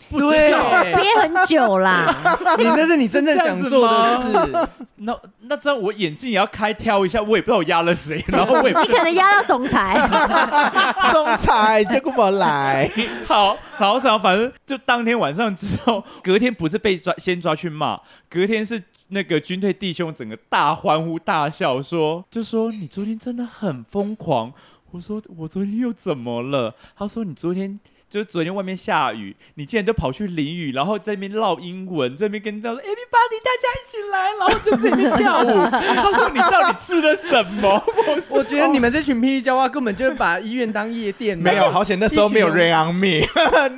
[SPEAKER 5] 不知道。哎
[SPEAKER 2] 憋很久啦，
[SPEAKER 3] 你那是你真正想做的 事。
[SPEAKER 5] 那那这样我眼镜也要开挑一下，我也不知道我压了谁，然后我也不
[SPEAKER 2] 你可能压到总裁，
[SPEAKER 1] 仲裁结果没来，
[SPEAKER 5] 好好少，反正就当天晚上之后，隔天不是被抓先抓去骂，隔天是那个军队弟兄整个大欢呼大笑说，就说你昨天真的很疯狂。我说我昨天又怎么了？他说你昨天。就是昨天外面下雨，你竟然就跑去淋雨，然后在那边唠英文，这边跟大家说 everybody 大家一起来，然后就在那边跳舞。他说你到底吃了什么？我说
[SPEAKER 3] 我觉得你们这群霹雳娇娃啊根本就是把医院当夜店，
[SPEAKER 1] 没有，好险那时候没有 Rain on me，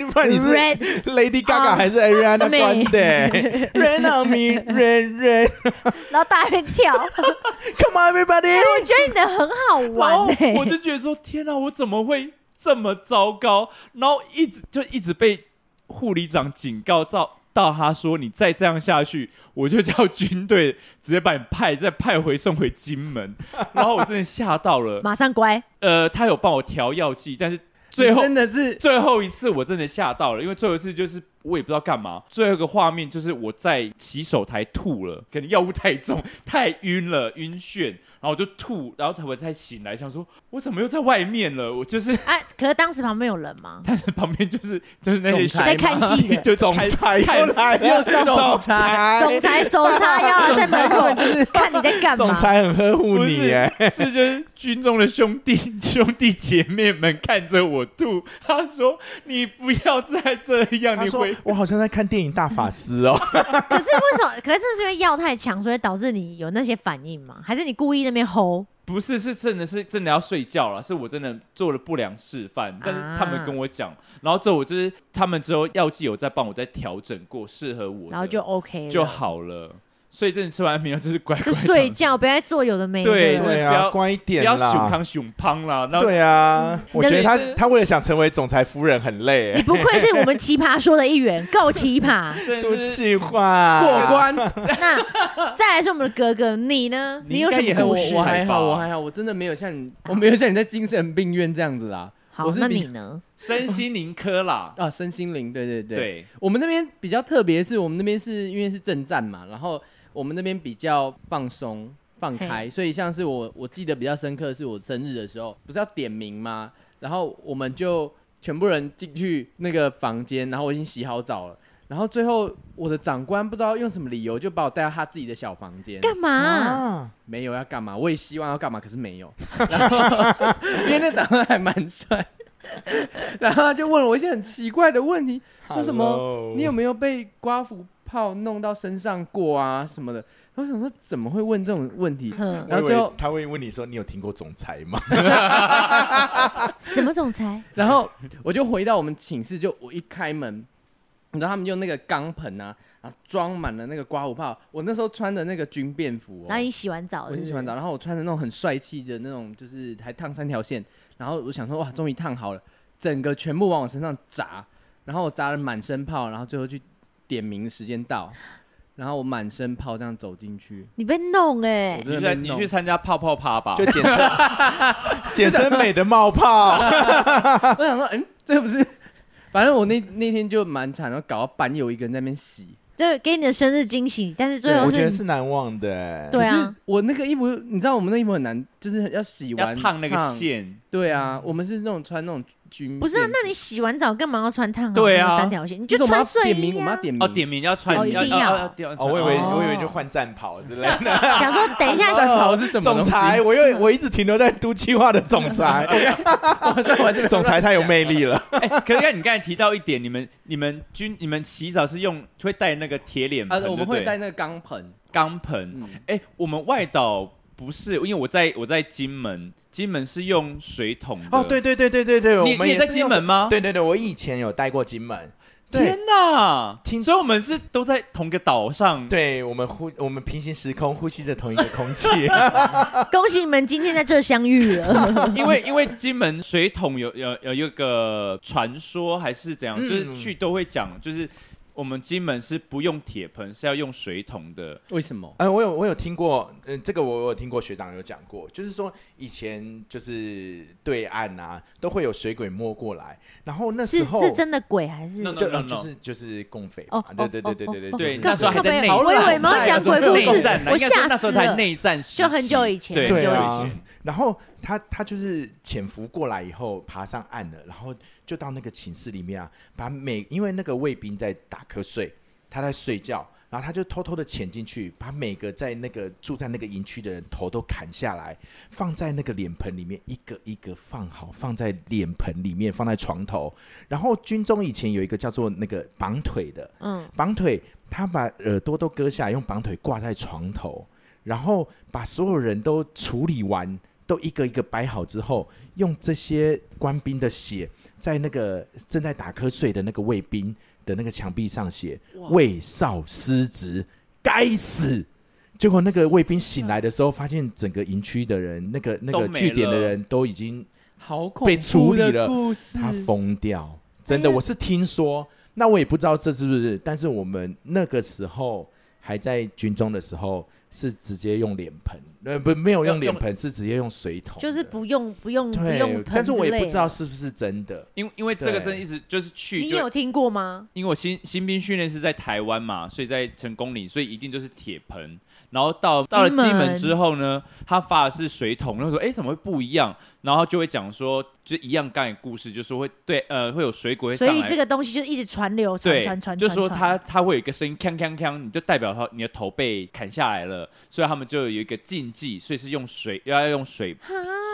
[SPEAKER 1] 不然你是
[SPEAKER 2] Rain
[SPEAKER 1] Lady Gaga 还是 Ariana
[SPEAKER 2] me
[SPEAKER 1] Grande。Rain on me，Rain Rain，Come
[SPEAKER 2] 然后大便跳。我
[SPEAKER 1] on everybody。
[SPEAKER 2] 觉得你的很好玩欸
[SPEAKER 5] 然后我
[SPEAKER 2] 诶，
[SPEAKER 5] 就觉得说，天啊，我怎么会这么糟糕？然后一直就一直被护理长警告到。到他说你再这样下去，我就叫军队直接把你派再派回送回金门。然后我真的吓 到了，
[SPEAKER 2] 马上乖。
[SPEAKER 5] 呃，他有帮我调药剂，但是最
[SPEAKER 3] 最
[SPEAKER 5] 后
[SPEAKER 3] 后真的 是
[SPEAKER 5] 最后一次我真的吓到了，因为最后一次就是我也不知道干嘛。最后一个画面就是我在洗手台吐了，可能药物太重，太晕了，晕眩，然后我就吐，然后我才醒来，想说我怎么又在外面了？我就是，
[SPEAKER 2] 哎，可是当时旁边有人吗？
[SPEAKER 5] 但是旁边就是就是那些
[SPEAKER 3] 总裁在
[SPEAKER 2] 看戏的
[SPEAKER 5] 就总
[SPEAKER 1] 裁又来了，
[SPEAKER 3] 又是总裁，
[SPEAKER 2] 总裁手叉 腰啊，在门口看你在干嘛
[SPEAKER 1] 总？裁很呵护
[SPEAKER 5] 不
[SPEAKER 1] 你
[SPEAKER 5] 是
[SPEAKER 1] 耶，
[SPEAKER 5] 是就是军中的兄弟兄弟姐妹们看着我吐，他说你不要再这样，
[SPEAKER 1] 他
[SPEAKER 5] 你
[SPEAKER 1] 说
[SPEAKER 5] 回
[SPEAKER 1] 我好像在看电影《大法师》哦，
[SPEAKER 2] 可是为什么？可是是因为药太强，所以导致你有那些反应吗？还是你故意那边吼？
[SPEAKER 5] 不是，是真的是真的要睡觉了，是我真的做了不良示范，但是他们跟我讲，然后之后我就是他们之后药剂有在帮我再调整过，适合我的，
[SPEAKER 2] 然后就 OK 了
[SPEAKER 5] 就好了。所以真的吃完没有，就是乖乖
[SPEAKER 2] 就 睡
[SPEAKER 5] 躺着，
[SPEAKER 2] 觉，不要再做有的没的。
[SPEAKER 5] 对
[SPEAKER 1] 对
[SPEAKER 5] 不
[SPEAKER 1] 啊，
[SPEAKER 5] 要
[SPEAKER 1] 乖一点
[SPEAKER 5] 不要熊
[SPEAKER 1] 啦，
[SPEAKER 5] 康熊胖啦。然后
[SPEAKER 1] 对啊，我觉得他
[SPEAKER 5] 但是
[SPEAKER 1] 他为了想成为总裁夫人很累欸耶
[SPEAKER 2] 你，不愧是我们奇葩说的一员，够奇葩。
[SPEAKER 5] 真
[SPEAKER 1] 多
[SPEAKER 5] 的是
[SPEAKER 1] 气话
[SPEAKER 3] 过关。
[SPEAKER 2] 那再来是我们的格格，你呢？
[SPEAKER 5] 你
[SPEAKER 2] 有什
[SPEAKER 5] 应该也
[SPEAKER 2] 么
[SPEAKER 5] 很
[SPEAKER 2] 故
[SPEAKER 3] 我
[SPEAKER 2] 事
[SPEAKER 3] 我？还好，
[SPEAKER 5] 吧
[SPEAKER 3] 我还好，我真的没有像你， 我没有像你在精神病院这样子啦。
[SPEAKER 2] 好
[SPEAKER 3] 我，是
[SPEAKER 2] 那
[SPEAKER 3] 比，
[SPEAKER 2] 你呢？
[SPEAKER 5] 身心灵科啦
[SPEAKER 3] 啊，身心灵，对对对。
[SPEAKER 5] 对，
[SPEAKER 3] 我们那边比较特别，是我们那边是因为是正战嘛，然后我们那边比较放松放开，所以像是我我记得比较深刻，是我生日的时候，不是要点名吗？然后我们就全部人进去那个房间，然后我已经洗好澡了，然后最后我的长官不知道用什么理由就把我带到他自己的小房间，
[SPEAKER 2] 干嘛？
[SPEAKER 1] 啊，
[SPEAKER 3] 没有要干嘛，我也希望要干嘛，可 是没有。然后因为那长官还蛮帅，然后他就问了我一些很奇怪的问题，说什么
[SPEAKER 1] Hello
[SPEAKER 3] 你有没有被刮胡泡弄到身上过啊什么的。然后我想说怎么会问这种问 题？
[SPEAKER 2] 哼，
[SPEAKER 3] 然后
[SPEAKER 1] 我以为
[SPEAKER 3] 最后
[SPEAKER 1] 他会问你说你有听过总裁吗？
[SPEAKER 2] 什么总裁？
[SPEAKER 3] 然后我就回到我们寝室，就我一开门，你知道他们用那个钢盆啊，啊装满了那个刮胡泡。我那时候穿的那个军便服、哦，
[SPEAKER 2] 然后你洗完澡，
[SPEAKER 3] 我已经洗完澡，
[SPEAKER 2] 了。
[SPEAKER 3] 然后我穿着那种很帅气的那种，就是还烫三条线，然后我想说哇，终于烫好了，整个全部往我身上砸，然后我砸了满身泡，然后最后去点名时间到，然后我满身泡这样走进去，
[SPEAKER 2] 你被弄
[SPEAKER 3] 我，
[SPEAKER 2] 哎
[SPEAKER 5] 你
[SPEAKER 3] 真的
[SPEAKER 5] 去参
[SPEAKER 3] 被
[SPEAKER 5] 你
[SPEAKER 3] 弄
[SPEAKER 5] 去参加泡泡趴吧
[SPEAKER 1] 就，简称 简称美的冒泡，
[SPEAKER 3] 我想说，嗯，这不是，反正我那那天就蛮惨，然后搞到半夜我一个人在那边洗，
[SPEAKER 2] 就给你的生日惊喜，但是最
[SPEAKER 1] 对
[SPEAKER 2] 后
[SPEAKER 1] 我觉得
[SPEAKER 2] 是
[SPEAKER 1] 是难忘的。欸
[SPEAKER 2] 对啊
[SPEAKER 3] 可是我那个衣服，你知道我们那衣服很难就是要洗
[SPEAKER 5] 要
[SPEAKER 3] 完
[SPEAKER 5] 烫那
[SPEAKER 3] 嗯
[SPEAKER 5] 个。线，
[SPEAKER 3] 对啊，我们是那种穿那种军
[SPEAKER 7] 不是啊
[SPEAKER 3] 便，
[SPEAKER 7] 那你洗完澡干嘛要穿烫啊？
[SPEAKER 5] 对啊
[SPEAKER 7] 那个三条线，你就
[SPEAKER 3] 就
[SPEAKER 7] 是
[SPEAKER 3] 我们要
[SPEAKER 7] 穿睡
[SPEAKER 3] 点名，
[SPEAKER 7] 衣
[SPEAKER 3] 我们
[SPEAKER 7] 啊
[SPEAKER 3] 要。点名
[SPEAKER 5] 哦，点名要穿，
[SPEAKER 7] 哦一定要
[SPEAKER 5] 要
[SPEAKER 1] 哦，我以为
[SPEAKER 7] 哦
[SPEAKER 1] 我以为就换战袍之类 的。
[SPEAKER 7] 想说等一 下
[SPEAKER 3] 战袍是什么
[SPEAKER 1] 总
[SPEAKER 3] 东西？
[SPEAKER 1] 裁，我又我一直停留在都计划的总 裁，
[SPEAKER 3] 好 像我还是没 有
[SPEAKER 1] 总裁太有魅力了。
[SPEAKER 5] 哎，可是你刚才提到一点，你们你们军你们洗澡是用会带那个铁脸
[SPEAKER 3] 啊
[SPEAKER 5] 盆，，
[SPEAKER 3] 我
[SPEAKER 5] 对
[SPEAKER 3] 们
[SPEAKER 5] 不
[SPEAKER 3] 会
[SPEAKER 5] 对
[SPEAKER 3] 带那个钢盆，
[SPEAKER 5] 钢盆
[SPEAKER 3] 嗯。
[SPEAKER 5] 哎，我们外岛不是，因为我在我在金门，金门是用水桶的
[SPEAKER 1] 哦，对，对对对对对，我
[SPEAKER 5] 你
[SPEAKER 1] 们
[SPEAKER 5] 你也在
[SPEAKER 1] 是
[SPEAKER 5] 金
[SPEAKER 1] 用
[SPEAKER 5] 门吗？
[SPEAKER 1] 对对对，我以前有待过金门。对
[SPEAKER 5] 天哪！
[SPEAKER 1] 听
[SPEAKER 5] 所以我们是都在同个岛 上。
[SPEAKER 1] 对，我们呼我们平行时空呼吸着同一个空气。 呃
[SPEAKER 7] 恭喜你们今天在这相遇了。
[SPEAKER 5] 因为因为金门水桶有有有有一个传说还是怎样，
[SPEAKER 1] 嗯
[SPEAKER 5] 就是去都会讲，就是我们金门是不用铁盆，是要用水桶的。
[SPEAKER 3] 为什么？
[SPEAKER 1] 呃，我有我有听过，嗯、这个我有听过学长有讲过，就是说以前就是对岸啊都会有水鬼摸过来，然后那时
[SPEAKER 7] 是
[SPEAKER 1] 候
[SPEAKER 7] 是真的鬼还是？
[SPEAKER 5] 那
[SPEAKER 1] 就、
[SPEAKER 5] No, no,
[SPEAKER 1] 呃
[SPEAKER 5] no.
[SPEAKER 1] 就是就是共匪嘛
[SPEAKER 7] 哦，
[SPEAKER 1] 对对对对
[SPEAKER 7] 哦
[SPEAKER 1] 对对
[SPEAKER 7] 哦哦
[SPEAKER 5] 对，
[SPEAKER 1] 就是
[SPEAKER 5] 那时候还在内
[SPEAKER 7] 靠
[SPEAKER 5] 战，
[SPEAKER 7] 北我以为你们要讲鬼故事
[SPEAKER 5] 内战啊
[SPEAKER 7] 我
[SPEAKER 5] 应该说
[SPEAKER 7] 吓
[SPEAKER 5] 那时候
[SPEAKER 7] 死了
[SPEAKER 5] 才内战时期，
[SPEAKER 7] 就很久以前
[SPEAKER 5] 对，
[SPEAKER 1] 很
[SPEAKER 5] 很
[SPEAKER 1] 久
[SPEAKER 5] 久
[SPEAKER 1] 以
[SPEAKER 5] 以
[SPEAKER 1] 前
[SPEAKER 5] 前。
[SPEAKER 1] 然后他他就是潜伏过来以后，爬上岸了，然后就到那个寝室里面啊，把每因为那个卫兵在打瞌睡，他在睡觉，然后他就偷偷的潜进去，把每个在那个住在那个营区的人头都砍下来，放在那个脸盆里面，一个一个放好，放在脸盆里面，放在床头。然后军中以前有一个叫做那个绑腿的，
[SPEAKER 7] 嗯，
[SPEAKER 1] 绑腿，他把耳朵都割下来，用绑腿挂在床头，然后把所有人都处理完，都一个一个摆好之后，用这些官兵的血在那个正在打瞌睡的那个卫兵的那个墙壁上写“卫少失职，该死”。结果那个卫兵醒来的时候，发现整个营区的人，那个那
[SPEAKER 5] 都
[SPEAKER 1] 个
[SPEAKER 5] 没
[SPEAKER 1] 据点的
[SPEAKER 5] 了
[SPEAKER 1] 人都已经
[SPEAKER 3] 好恐
[SPEAKER 1] 被处
[SPEAKER 3] 怖
[SPEAKER 1] 理
[SPEAKER 3] 的
[SPEAKER 1] 了
[SPEAKER 3] 故事，
[SPEAKER 7] 嗯
[SPEAKER 1] 他疯掉，真的，
[SPEAKER 7] 哎
[SPEAKER 1] 我是听说，那我也不知道这是不是，但是我们那个时候还在军中的时候，是直接用脸盆，呃，不，没有用
[SPEAKER 5] 用
[SPEAKER 1] 脸盆，是直接用水桶的，
[SPEAKER 7] 就是不用不用不用
[SPEAKER 1] 对，
[SPEAKER 7] 喷
[SPEAKER 1] 但是我
[SPEAKER 7] 之
[SPEAKER 1] 也
[SPEAKER 7] 类
[SPEAKER 1] 不
[SPEAKER 7] 的
[SPEAKER 1] 知道是不是真的，
[SPEAKER 5] 因因为这个真的
[SPEAKER 1] 对
[SPEAKER 5] 一直就是去，
[SPEAKER 7] 你
[SPEAKER 5] 就
[SPEAKER 7] 有听过吗？
[SPEAKER 5] 因为我新新兵训练是在台湾嘛，所以在成功里，所以一定就是铁盆。然后到到了
[SPEAKER 7] 金门
[SPEAKER 5] 金门之后呢，他发的是水桶，然后说哎怎么会不一样？然后就会讲说就一样刚才故事，就是会对呃会有水鬼会
[SPEAKER 7] 所
[SPEAKER 5] 上
[SPEAKER 7] 以
[SPEAKER 5] 来，
[SPEAKER 7] 这个东西就一直传流传
[SPEAKER 5] 对
[SPEAKER 7] 传传，
[SPEAKER 5] 就
[SPEAKER 7] 传，
[SPEAKER 5] 说
[SPEAKER 7] 传
[SPEAKER 5] 他他会有一个声音锵锵锵，你就代表他你的头被砍下来了，所以他们就有一个禁忌，所以是用水要用水
[SPEAKER 7] 啊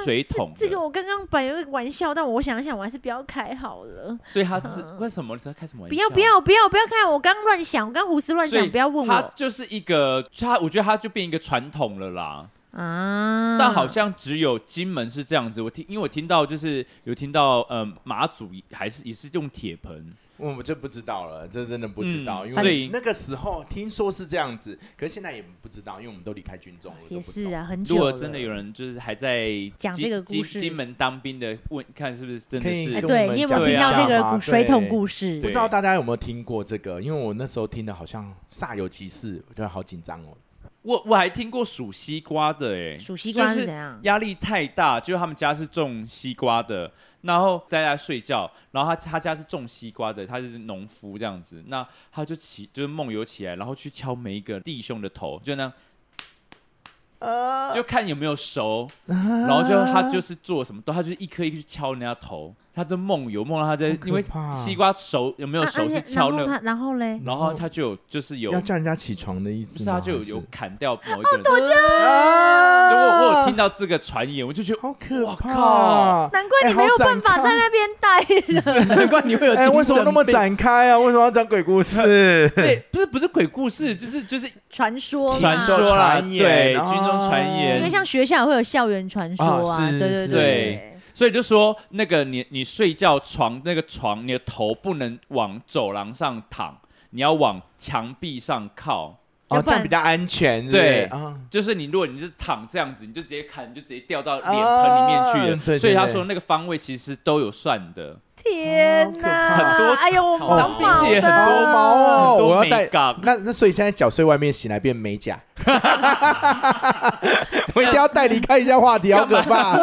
[SPEAKER 5] 水桶的
[SPEAKER 7] 这个我刚刚本来有个玩笑，但我想一想，我还是不要开好了。
[SPEAKER 5] 所以他是为什么你在开什么
[SPEAKER 7] 啊
[SPEAKER 5] 玩
[SPEAKER 7] 不
[SPEAKER 5] 笑？
[SPEAKER 7] 要不要不要不要开！我刚乱想，我刚胡思乱
[SPEAKER 5] 所以
[SPEAKER 7] 想，不要问
[SPEAKER 5] 他
[SPEAKER 7] 我
[SPEAKER 5] 就是一个他，我觉得他就变一个传统了啦。
[SPEAKER 7] 啊。
[SPEAKER 5] 但好像只有金门是这样子，我听，因为我听到就是有听到，呃，马祖还是也是用铁盆，
[SPEAKER 1] 我们就不知道了，这真的不知道，
[SPEAKER 5] 嗯
[SPEAKER 1] 因
[SPEAKER 5] 所
[SPEAKER 1] 为
[SPEAKER 5] 以
[SPEAKER 1] 那个时候听说是这样子，可是现在也不知道，因为我们都离开军中了，
[SPEAKER 7] 也是啊，很久
[SPEAKER 5] 如
[SPEAKER 7] 了。
[SPEAKER 5] 果真的有人就是还在
[SPEAKER 7] 讲
[SPEAKER 5] 金
[SPEAKER 7] 这个故
[SPEAKER 5] 金
[SPEAKER 7] 事
[SPEAKER 5] 金门当兵的问看是不是真的
[SPEAKER 1] 可以
[SPEAKER 7] 哎，
[SPEAKER 5] 是
[SPEAKER 1] 跟我
[SPEAKER 7] 对
[SPEAKER 1] 们
[SPEAKER 7] 你有没有
[SPEAKER 5] 讲
[SPEAKER 7] 听
[SPEAKER 5] 一
[SPEAKER 7] 到
[SPEAKER 5] 下
[SPEAKER 7] 这个
[SPEAKER 1] 嘛
[SPEAKER 7] 故水桶
[SPEAKER 1] 对
[SPEAKER 7] 故事
[SPEAKER 1] 不？知道大家有没有听过这个？因为我那时候听的好像煞有其事，我觉得好紧张哦。
[SPEAKER 5] 我我还听过数西瓜的、欸，
[SPEAKER 7] 数西瓜
[SPEAKER 5] 就是是
[SPEAKER 7] 怎样？
[SPEAKER 5] 压力太大，就是他们家是种西瓜的，然后在家睡觉，然后他他家是种西瓜的，他是农夫这样子，那他就起就是梦游起来，然后去敲每一个弟兄的头，就那样，就看有没有熟，然后就他就是做什么都，他就是一颗一颗去敲人家头，他就梦游梦到他在
[SPEAKER 1] 可
[SPEAKER 5] 因为
[SPEAKER 1] 怕
[SPEAKER 5] 西瓜熟有没有
[SPEAKER 7] 啊
[SPEAKER 5] 熟
[SPEAKER 7] 啊
[SPEAKER 5] 是
[SPEAKER 7] 然
[SPEAKER 5] 敲
[SPEAKER 7] 后
[SPEAKER 5] 那
[SPEAKER 7] 他
[SPEAKER 5] 个，
[SPEAKER 7] 然后嘞，
[SPEAKER 5] 然后他就有就是有
[SPEAKER 1] 要叫人家起床的意
[SPEAKER 5] 不
[SPEAKER 1] 思
[SPEAKER 5] 是
[SPEAKER 1] 吗？
[SPEAKER 5] 他就有
[SPEAKER 1] 还是
[SPEAKER 5] 有砍掉某一个人，就我啊我有听到这个传言，我就觉得
[SPEAKER 1] 好可怕！
[SPEAKER 5] 靠
[SPEAKER 7] 难怪
[SPEAKER 1] 哎
[SPEAKER 7] 你没有
[SPEAKER 1] 好展
[SPEAKER 7] 办法
[SPEAKER 1] 开
[SPEAKER 7] 在那边待了。
[SPEAKER 3] 难怪你会有
[SPEAKER 1] 哎、为什么那么
[SPEAKER 3] 精神病？
[SPEAKER 1] 展开啊？为什么要讲鬼故 事？
[SPEAKER 5] 对，不是不是鬼故事，
[SPEAKER 7] 嗯
[SPEAKER 5] 就是就是
[SPEAKER 7] 传说嘛，
[SPEAKER 5] 传说啦，
[SPEAKER 1] 传言
[SPEAKER 5] 对，
[SPEAKER 1] 啊
[SPEAKER 5] 军中传
[SPEAKER 7] 因为
[SPEAKER 5] 言。
[SPEAKER 7] 像学校会有校园传说啊，
[SPEAKER 1] 啊是
[SPEAKER 7] 对对
[SPEAKER 1] 是
[SPEAKER 5] 对所以就说那个你你睡觉床那个床，你的头不能往走廊上躺，你要往墙壁上靠。
[SPEAKER 1] 哦
[SPEAKER 7] 要，不
[SPEAKER 1] 这
[SPEAKER 7] 然
[SPEAKER 1] 样比较安全，是不是
[SPEAKER 5] 对
[SPEAKER 1] 啊，
[SPEAKER 5] 就是你，如果你是躺这样子，你就直接砍，你就直接掉到脸盆里面去了。
[SPEAKER 1] 啊对对
[SPEAKER 5] 所以他
[SPEAKER 1] 对
[SPEAKER 5] 说那个方位其实都有算的。
[SPEAKER 7] 天哪，
[SPEAKER 1] 好可怕
[SPEAKER 5] 很多
[SPEAKER 7] 哎呦，我
[SPEAKER 1] 好
[SPEAKER 5] 当兵其实也很
[SPEAKER 1] 好
[SPEAKER 5] 多
[SPEAKER 1] 毛哦，
[SPEAKER 5] 很多
[SPEAKER 1] 我要
[SPEAKER 5] 美
[SPEAKER 1] 带
[SPEAKER 5] 感
[SPEAKER 1] 那那所以现在脚睡外面醒来变美 甲，我一定要带离开一下话题，好可怕！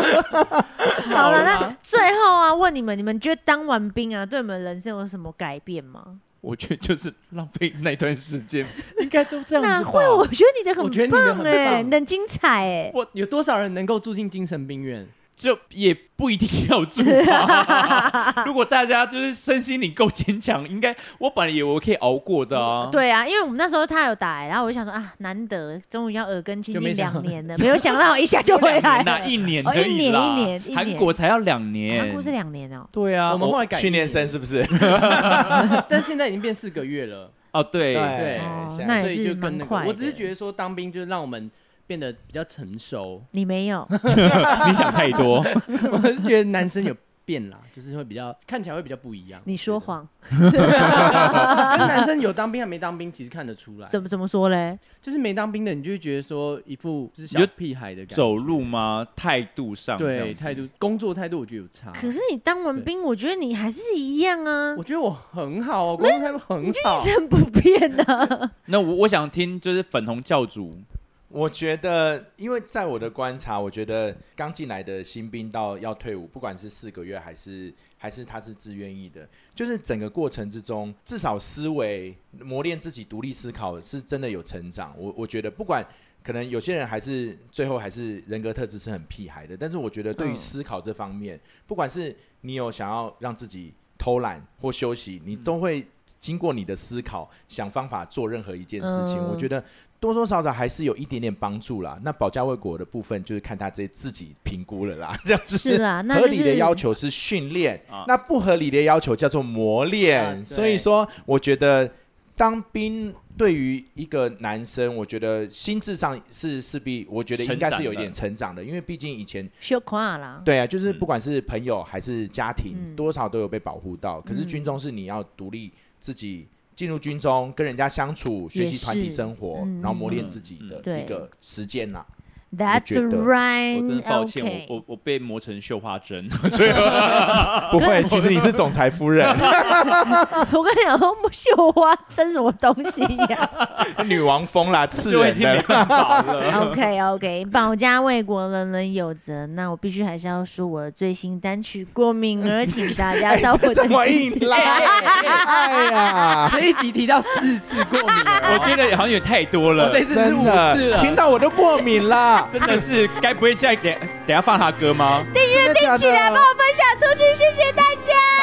[SPEAKER 7] 好了，那最后啊，问你们，你们觉得当完兵啊，对你们人生有什么改变吗？
[SPEAKER 5] 我觉得就是浪费那段时 间。
[SPEAKER 3] 应该都这
[SPEAKER 2] 哪
[SPEAKER 3] 样子吧
[SPEAKER 2] 会？？我觉得你的
[SPEAKER 3] 我觉得
[SPEAKER 2] 很
[SPEAKER 3] 你的
[SPEAKER 2] 棒
[SPEAKER 3] 很
[SPEAKER 2] 哎，
[SPEAKER 3] 棒
[SPEAKER 2] 你的很精彩哎。
[SPEAKER 3] 我有多少人能够住进精神病院？
[SPEAKER 5] 就也不一定要住吧。 如果大家就是身心灵够坚强，应该我本来以为我可以熬过的啊。，
[SPEAKER 2] 对啊，因为我们那时候他有打、欸，然后我就想说啊，难得终于要耳根清
[SPEAKER 3] 就没
[SPEAKER 2] 净
[SPEAKER 3] 想
[SPEAKER 2] 两年了，没有想到一下就回来
[SPEAKER 5] 两年啊，
[SPEAKER 2] 了。
[SPEAKER 5] 一年
[SPEAKER 2] 哦
[SPEAKER 5] 而已
[SPEAKER 2] 一
[SPEAKER 5] 啦
[SPEAKER 2] 年一年一年
[SPEAKER 5] 韩国才要两年，
[SPEAKER 2] 韩国是两年哦、
[SPEAKER 5] 对啊，
[SPEAKER 3] 我们后 来改
[SPEAKER 1] 训练
[SPEAKER 3] 一年
[SPEAKER 1] 生，是不是？
[SPEAKER 3] 但现在已经变四个月了，
[SPEAKER 5] 哦对
[SPEAKER 1] 对哎
[SPEAKER 2] 哦
[SPEAKER 1] 现在
[SPEAKER 2] 那
[SPEAKER 3] 所
[SPEAKER 2] 也
[SPEAKER 3] 以
[SPEAKER 2] 是
[SPEAKER 3] 就跟
[SPEAKER 2] 蛮
[SPEAKER 3] 那个
[SPEAKER 2] 快。的。
[SPEAKER 3] 我只是觉得说当兵就是让我们变得比较成 熟，
[SPEAKER 2] 你没有，
[SPEAKER 5] 你想太多。
[SPEAKER 3] 我是觉得男生有变啦，就是会比较看起来会比较不一样。
[SPEAKER 2] 你说谎，
[SPEAKER 3] 但 男生有当兵还没当兵，其实看得出来。
[SPEAKER 2] 怎么怎么说嘞？
[SPEAKER 3] 就是没当兵的，你就会觉得说一副就是小
[SPEAKER 5] 你就
[SPEAKER 3] 屁孩的感觉，
[SPEAKER 5] 走路吗？态度上这样
[SPEAKER 3] 对
[SPEAKER 5] 子
[SPEAKER 3] 态度、工作态度，我觉得有差。
[SPEAKER 2] 可是你当完兵，我觉得你还是一样啊
[SPEAKER 3] 我，觉得我很好哦，工作态度很好。
[SPEAKER 2] 一成不变啊。
[SPEAKER 5] 那我我想听就是粉红教主，
[SPEAKER 1] 我觉得，因为在我的观察，我觉得刚进来的新兵到要退伍，不管是四个月还是还是他是自愿意的，就是整个过程之中，至少思维磨练自己独立思考是真的有成长。我我觉得，不管可能有些人还是最后还是人格特质是很屁孩的，但是我觉得对于思考这方面，不管是你有想要让自己偷懒或休息，你都会经过你的思考，想方法做任何一件事情。
[SPEAKER 2] 嗯
[SPEAKER 1] 我觉得多多少少还是有一点点帮助啦。那保家卫国的部分，就是看他这自己评估了啦。这样就是
[SPEAKER 2] 啊那
[SPEAKER 1] 合
[SPEAKER 2] 就
[SPEAKER 1] 理的
[SPEAKER 2] 是
[SPEAKER 1] 要求是训练，
[SPEAKER 5] 啊
[SPEAKER 1] 那不合理的要求叫做磨练。
[SPEAKER 3] 啊对
[SPEAKER 1] 所以说，我觉得当兵。对于一个男生，我觉得心智上是势必，我觉得应该是有一点成长的，因为毕竟以前
[SPEAKER 2] 羞垮啦，
[SPEAKER 1] 对啊，就是
[SPEAKER 5] 嗯
[SPEAKER 1] 不管是朋友还是家庭，
[SPEAKER 2] 嗯
[SPEAKER 1] 多少都有被保护到。可是军中是你要独立自己进入军中，跟人家相处，学习
[SPEAKER 2] 也是
[SPEAKER 1] 团体生活，
[SPEAKER 2] 嗯
[SPEAKER 1] 然后磨练自己
[SPEAKER 5] 嗯嗯
[SPEAKER 1] 的
[SPEAKER 2] 对
[SPEAKER 1] 一个时间 啦。
[SPEAKER 2] ，That's
[SPEAKER 1] 觉得
[SPEAKER 5] 我真的
[SPEAKER 2] right，
[SPEAKER 5] 抱歉
[SPEAKER 2] 嗯 OK
[SPEAKER 5] 我我我被磨成绣花针，所以我
[SPEAKER 1] 不会，其实你是总裁夫 人，
[SPEAKER 2] 啊我跟你讲， 绣花针什么东西呀、
[SPEAKER 1] 女王风啦，刺
[SPEAKER 5] 就已
[SPEAKER 1] 人
[SPEAKER 5] 经没
[SPEAKER 1] 的。
[SPEAKER 5] 办法了。
[SPEAKER 2] OK OK，保家卫国，人人有责。那我必须还是要说我的最新单曲《过敏儿》，请大家到 我
[SPEAKER 1] 哎这
[SPEAKER 2] 的。
[SPEAKER 1] 么硬拉，哎呀，
[SPEAKER 3] 这一集提到四次过敏
[SPEAKER 5] 我
[SPEAKER 3] 了哦，
[SPEAKER 5] 觉得好像有点太多
[SPEAKER 3] 我这
[SPEAKER 5] 了，
[SPEAKER 3] 次是
[SPEAKER 1] 真
[SPEAKER 3] 五次
[SPEAKER 1] 的，
[SPEAKER 3] 了，
[SPEAKER 1] 听到我都过敏 啦，
[SPEAKER 5] 真的是该不会下一等等一下放他歌吗？
[SPEAKER 1] 订阅订起来
[SPEAKER 2] 帮我分享出去，谢谢大家。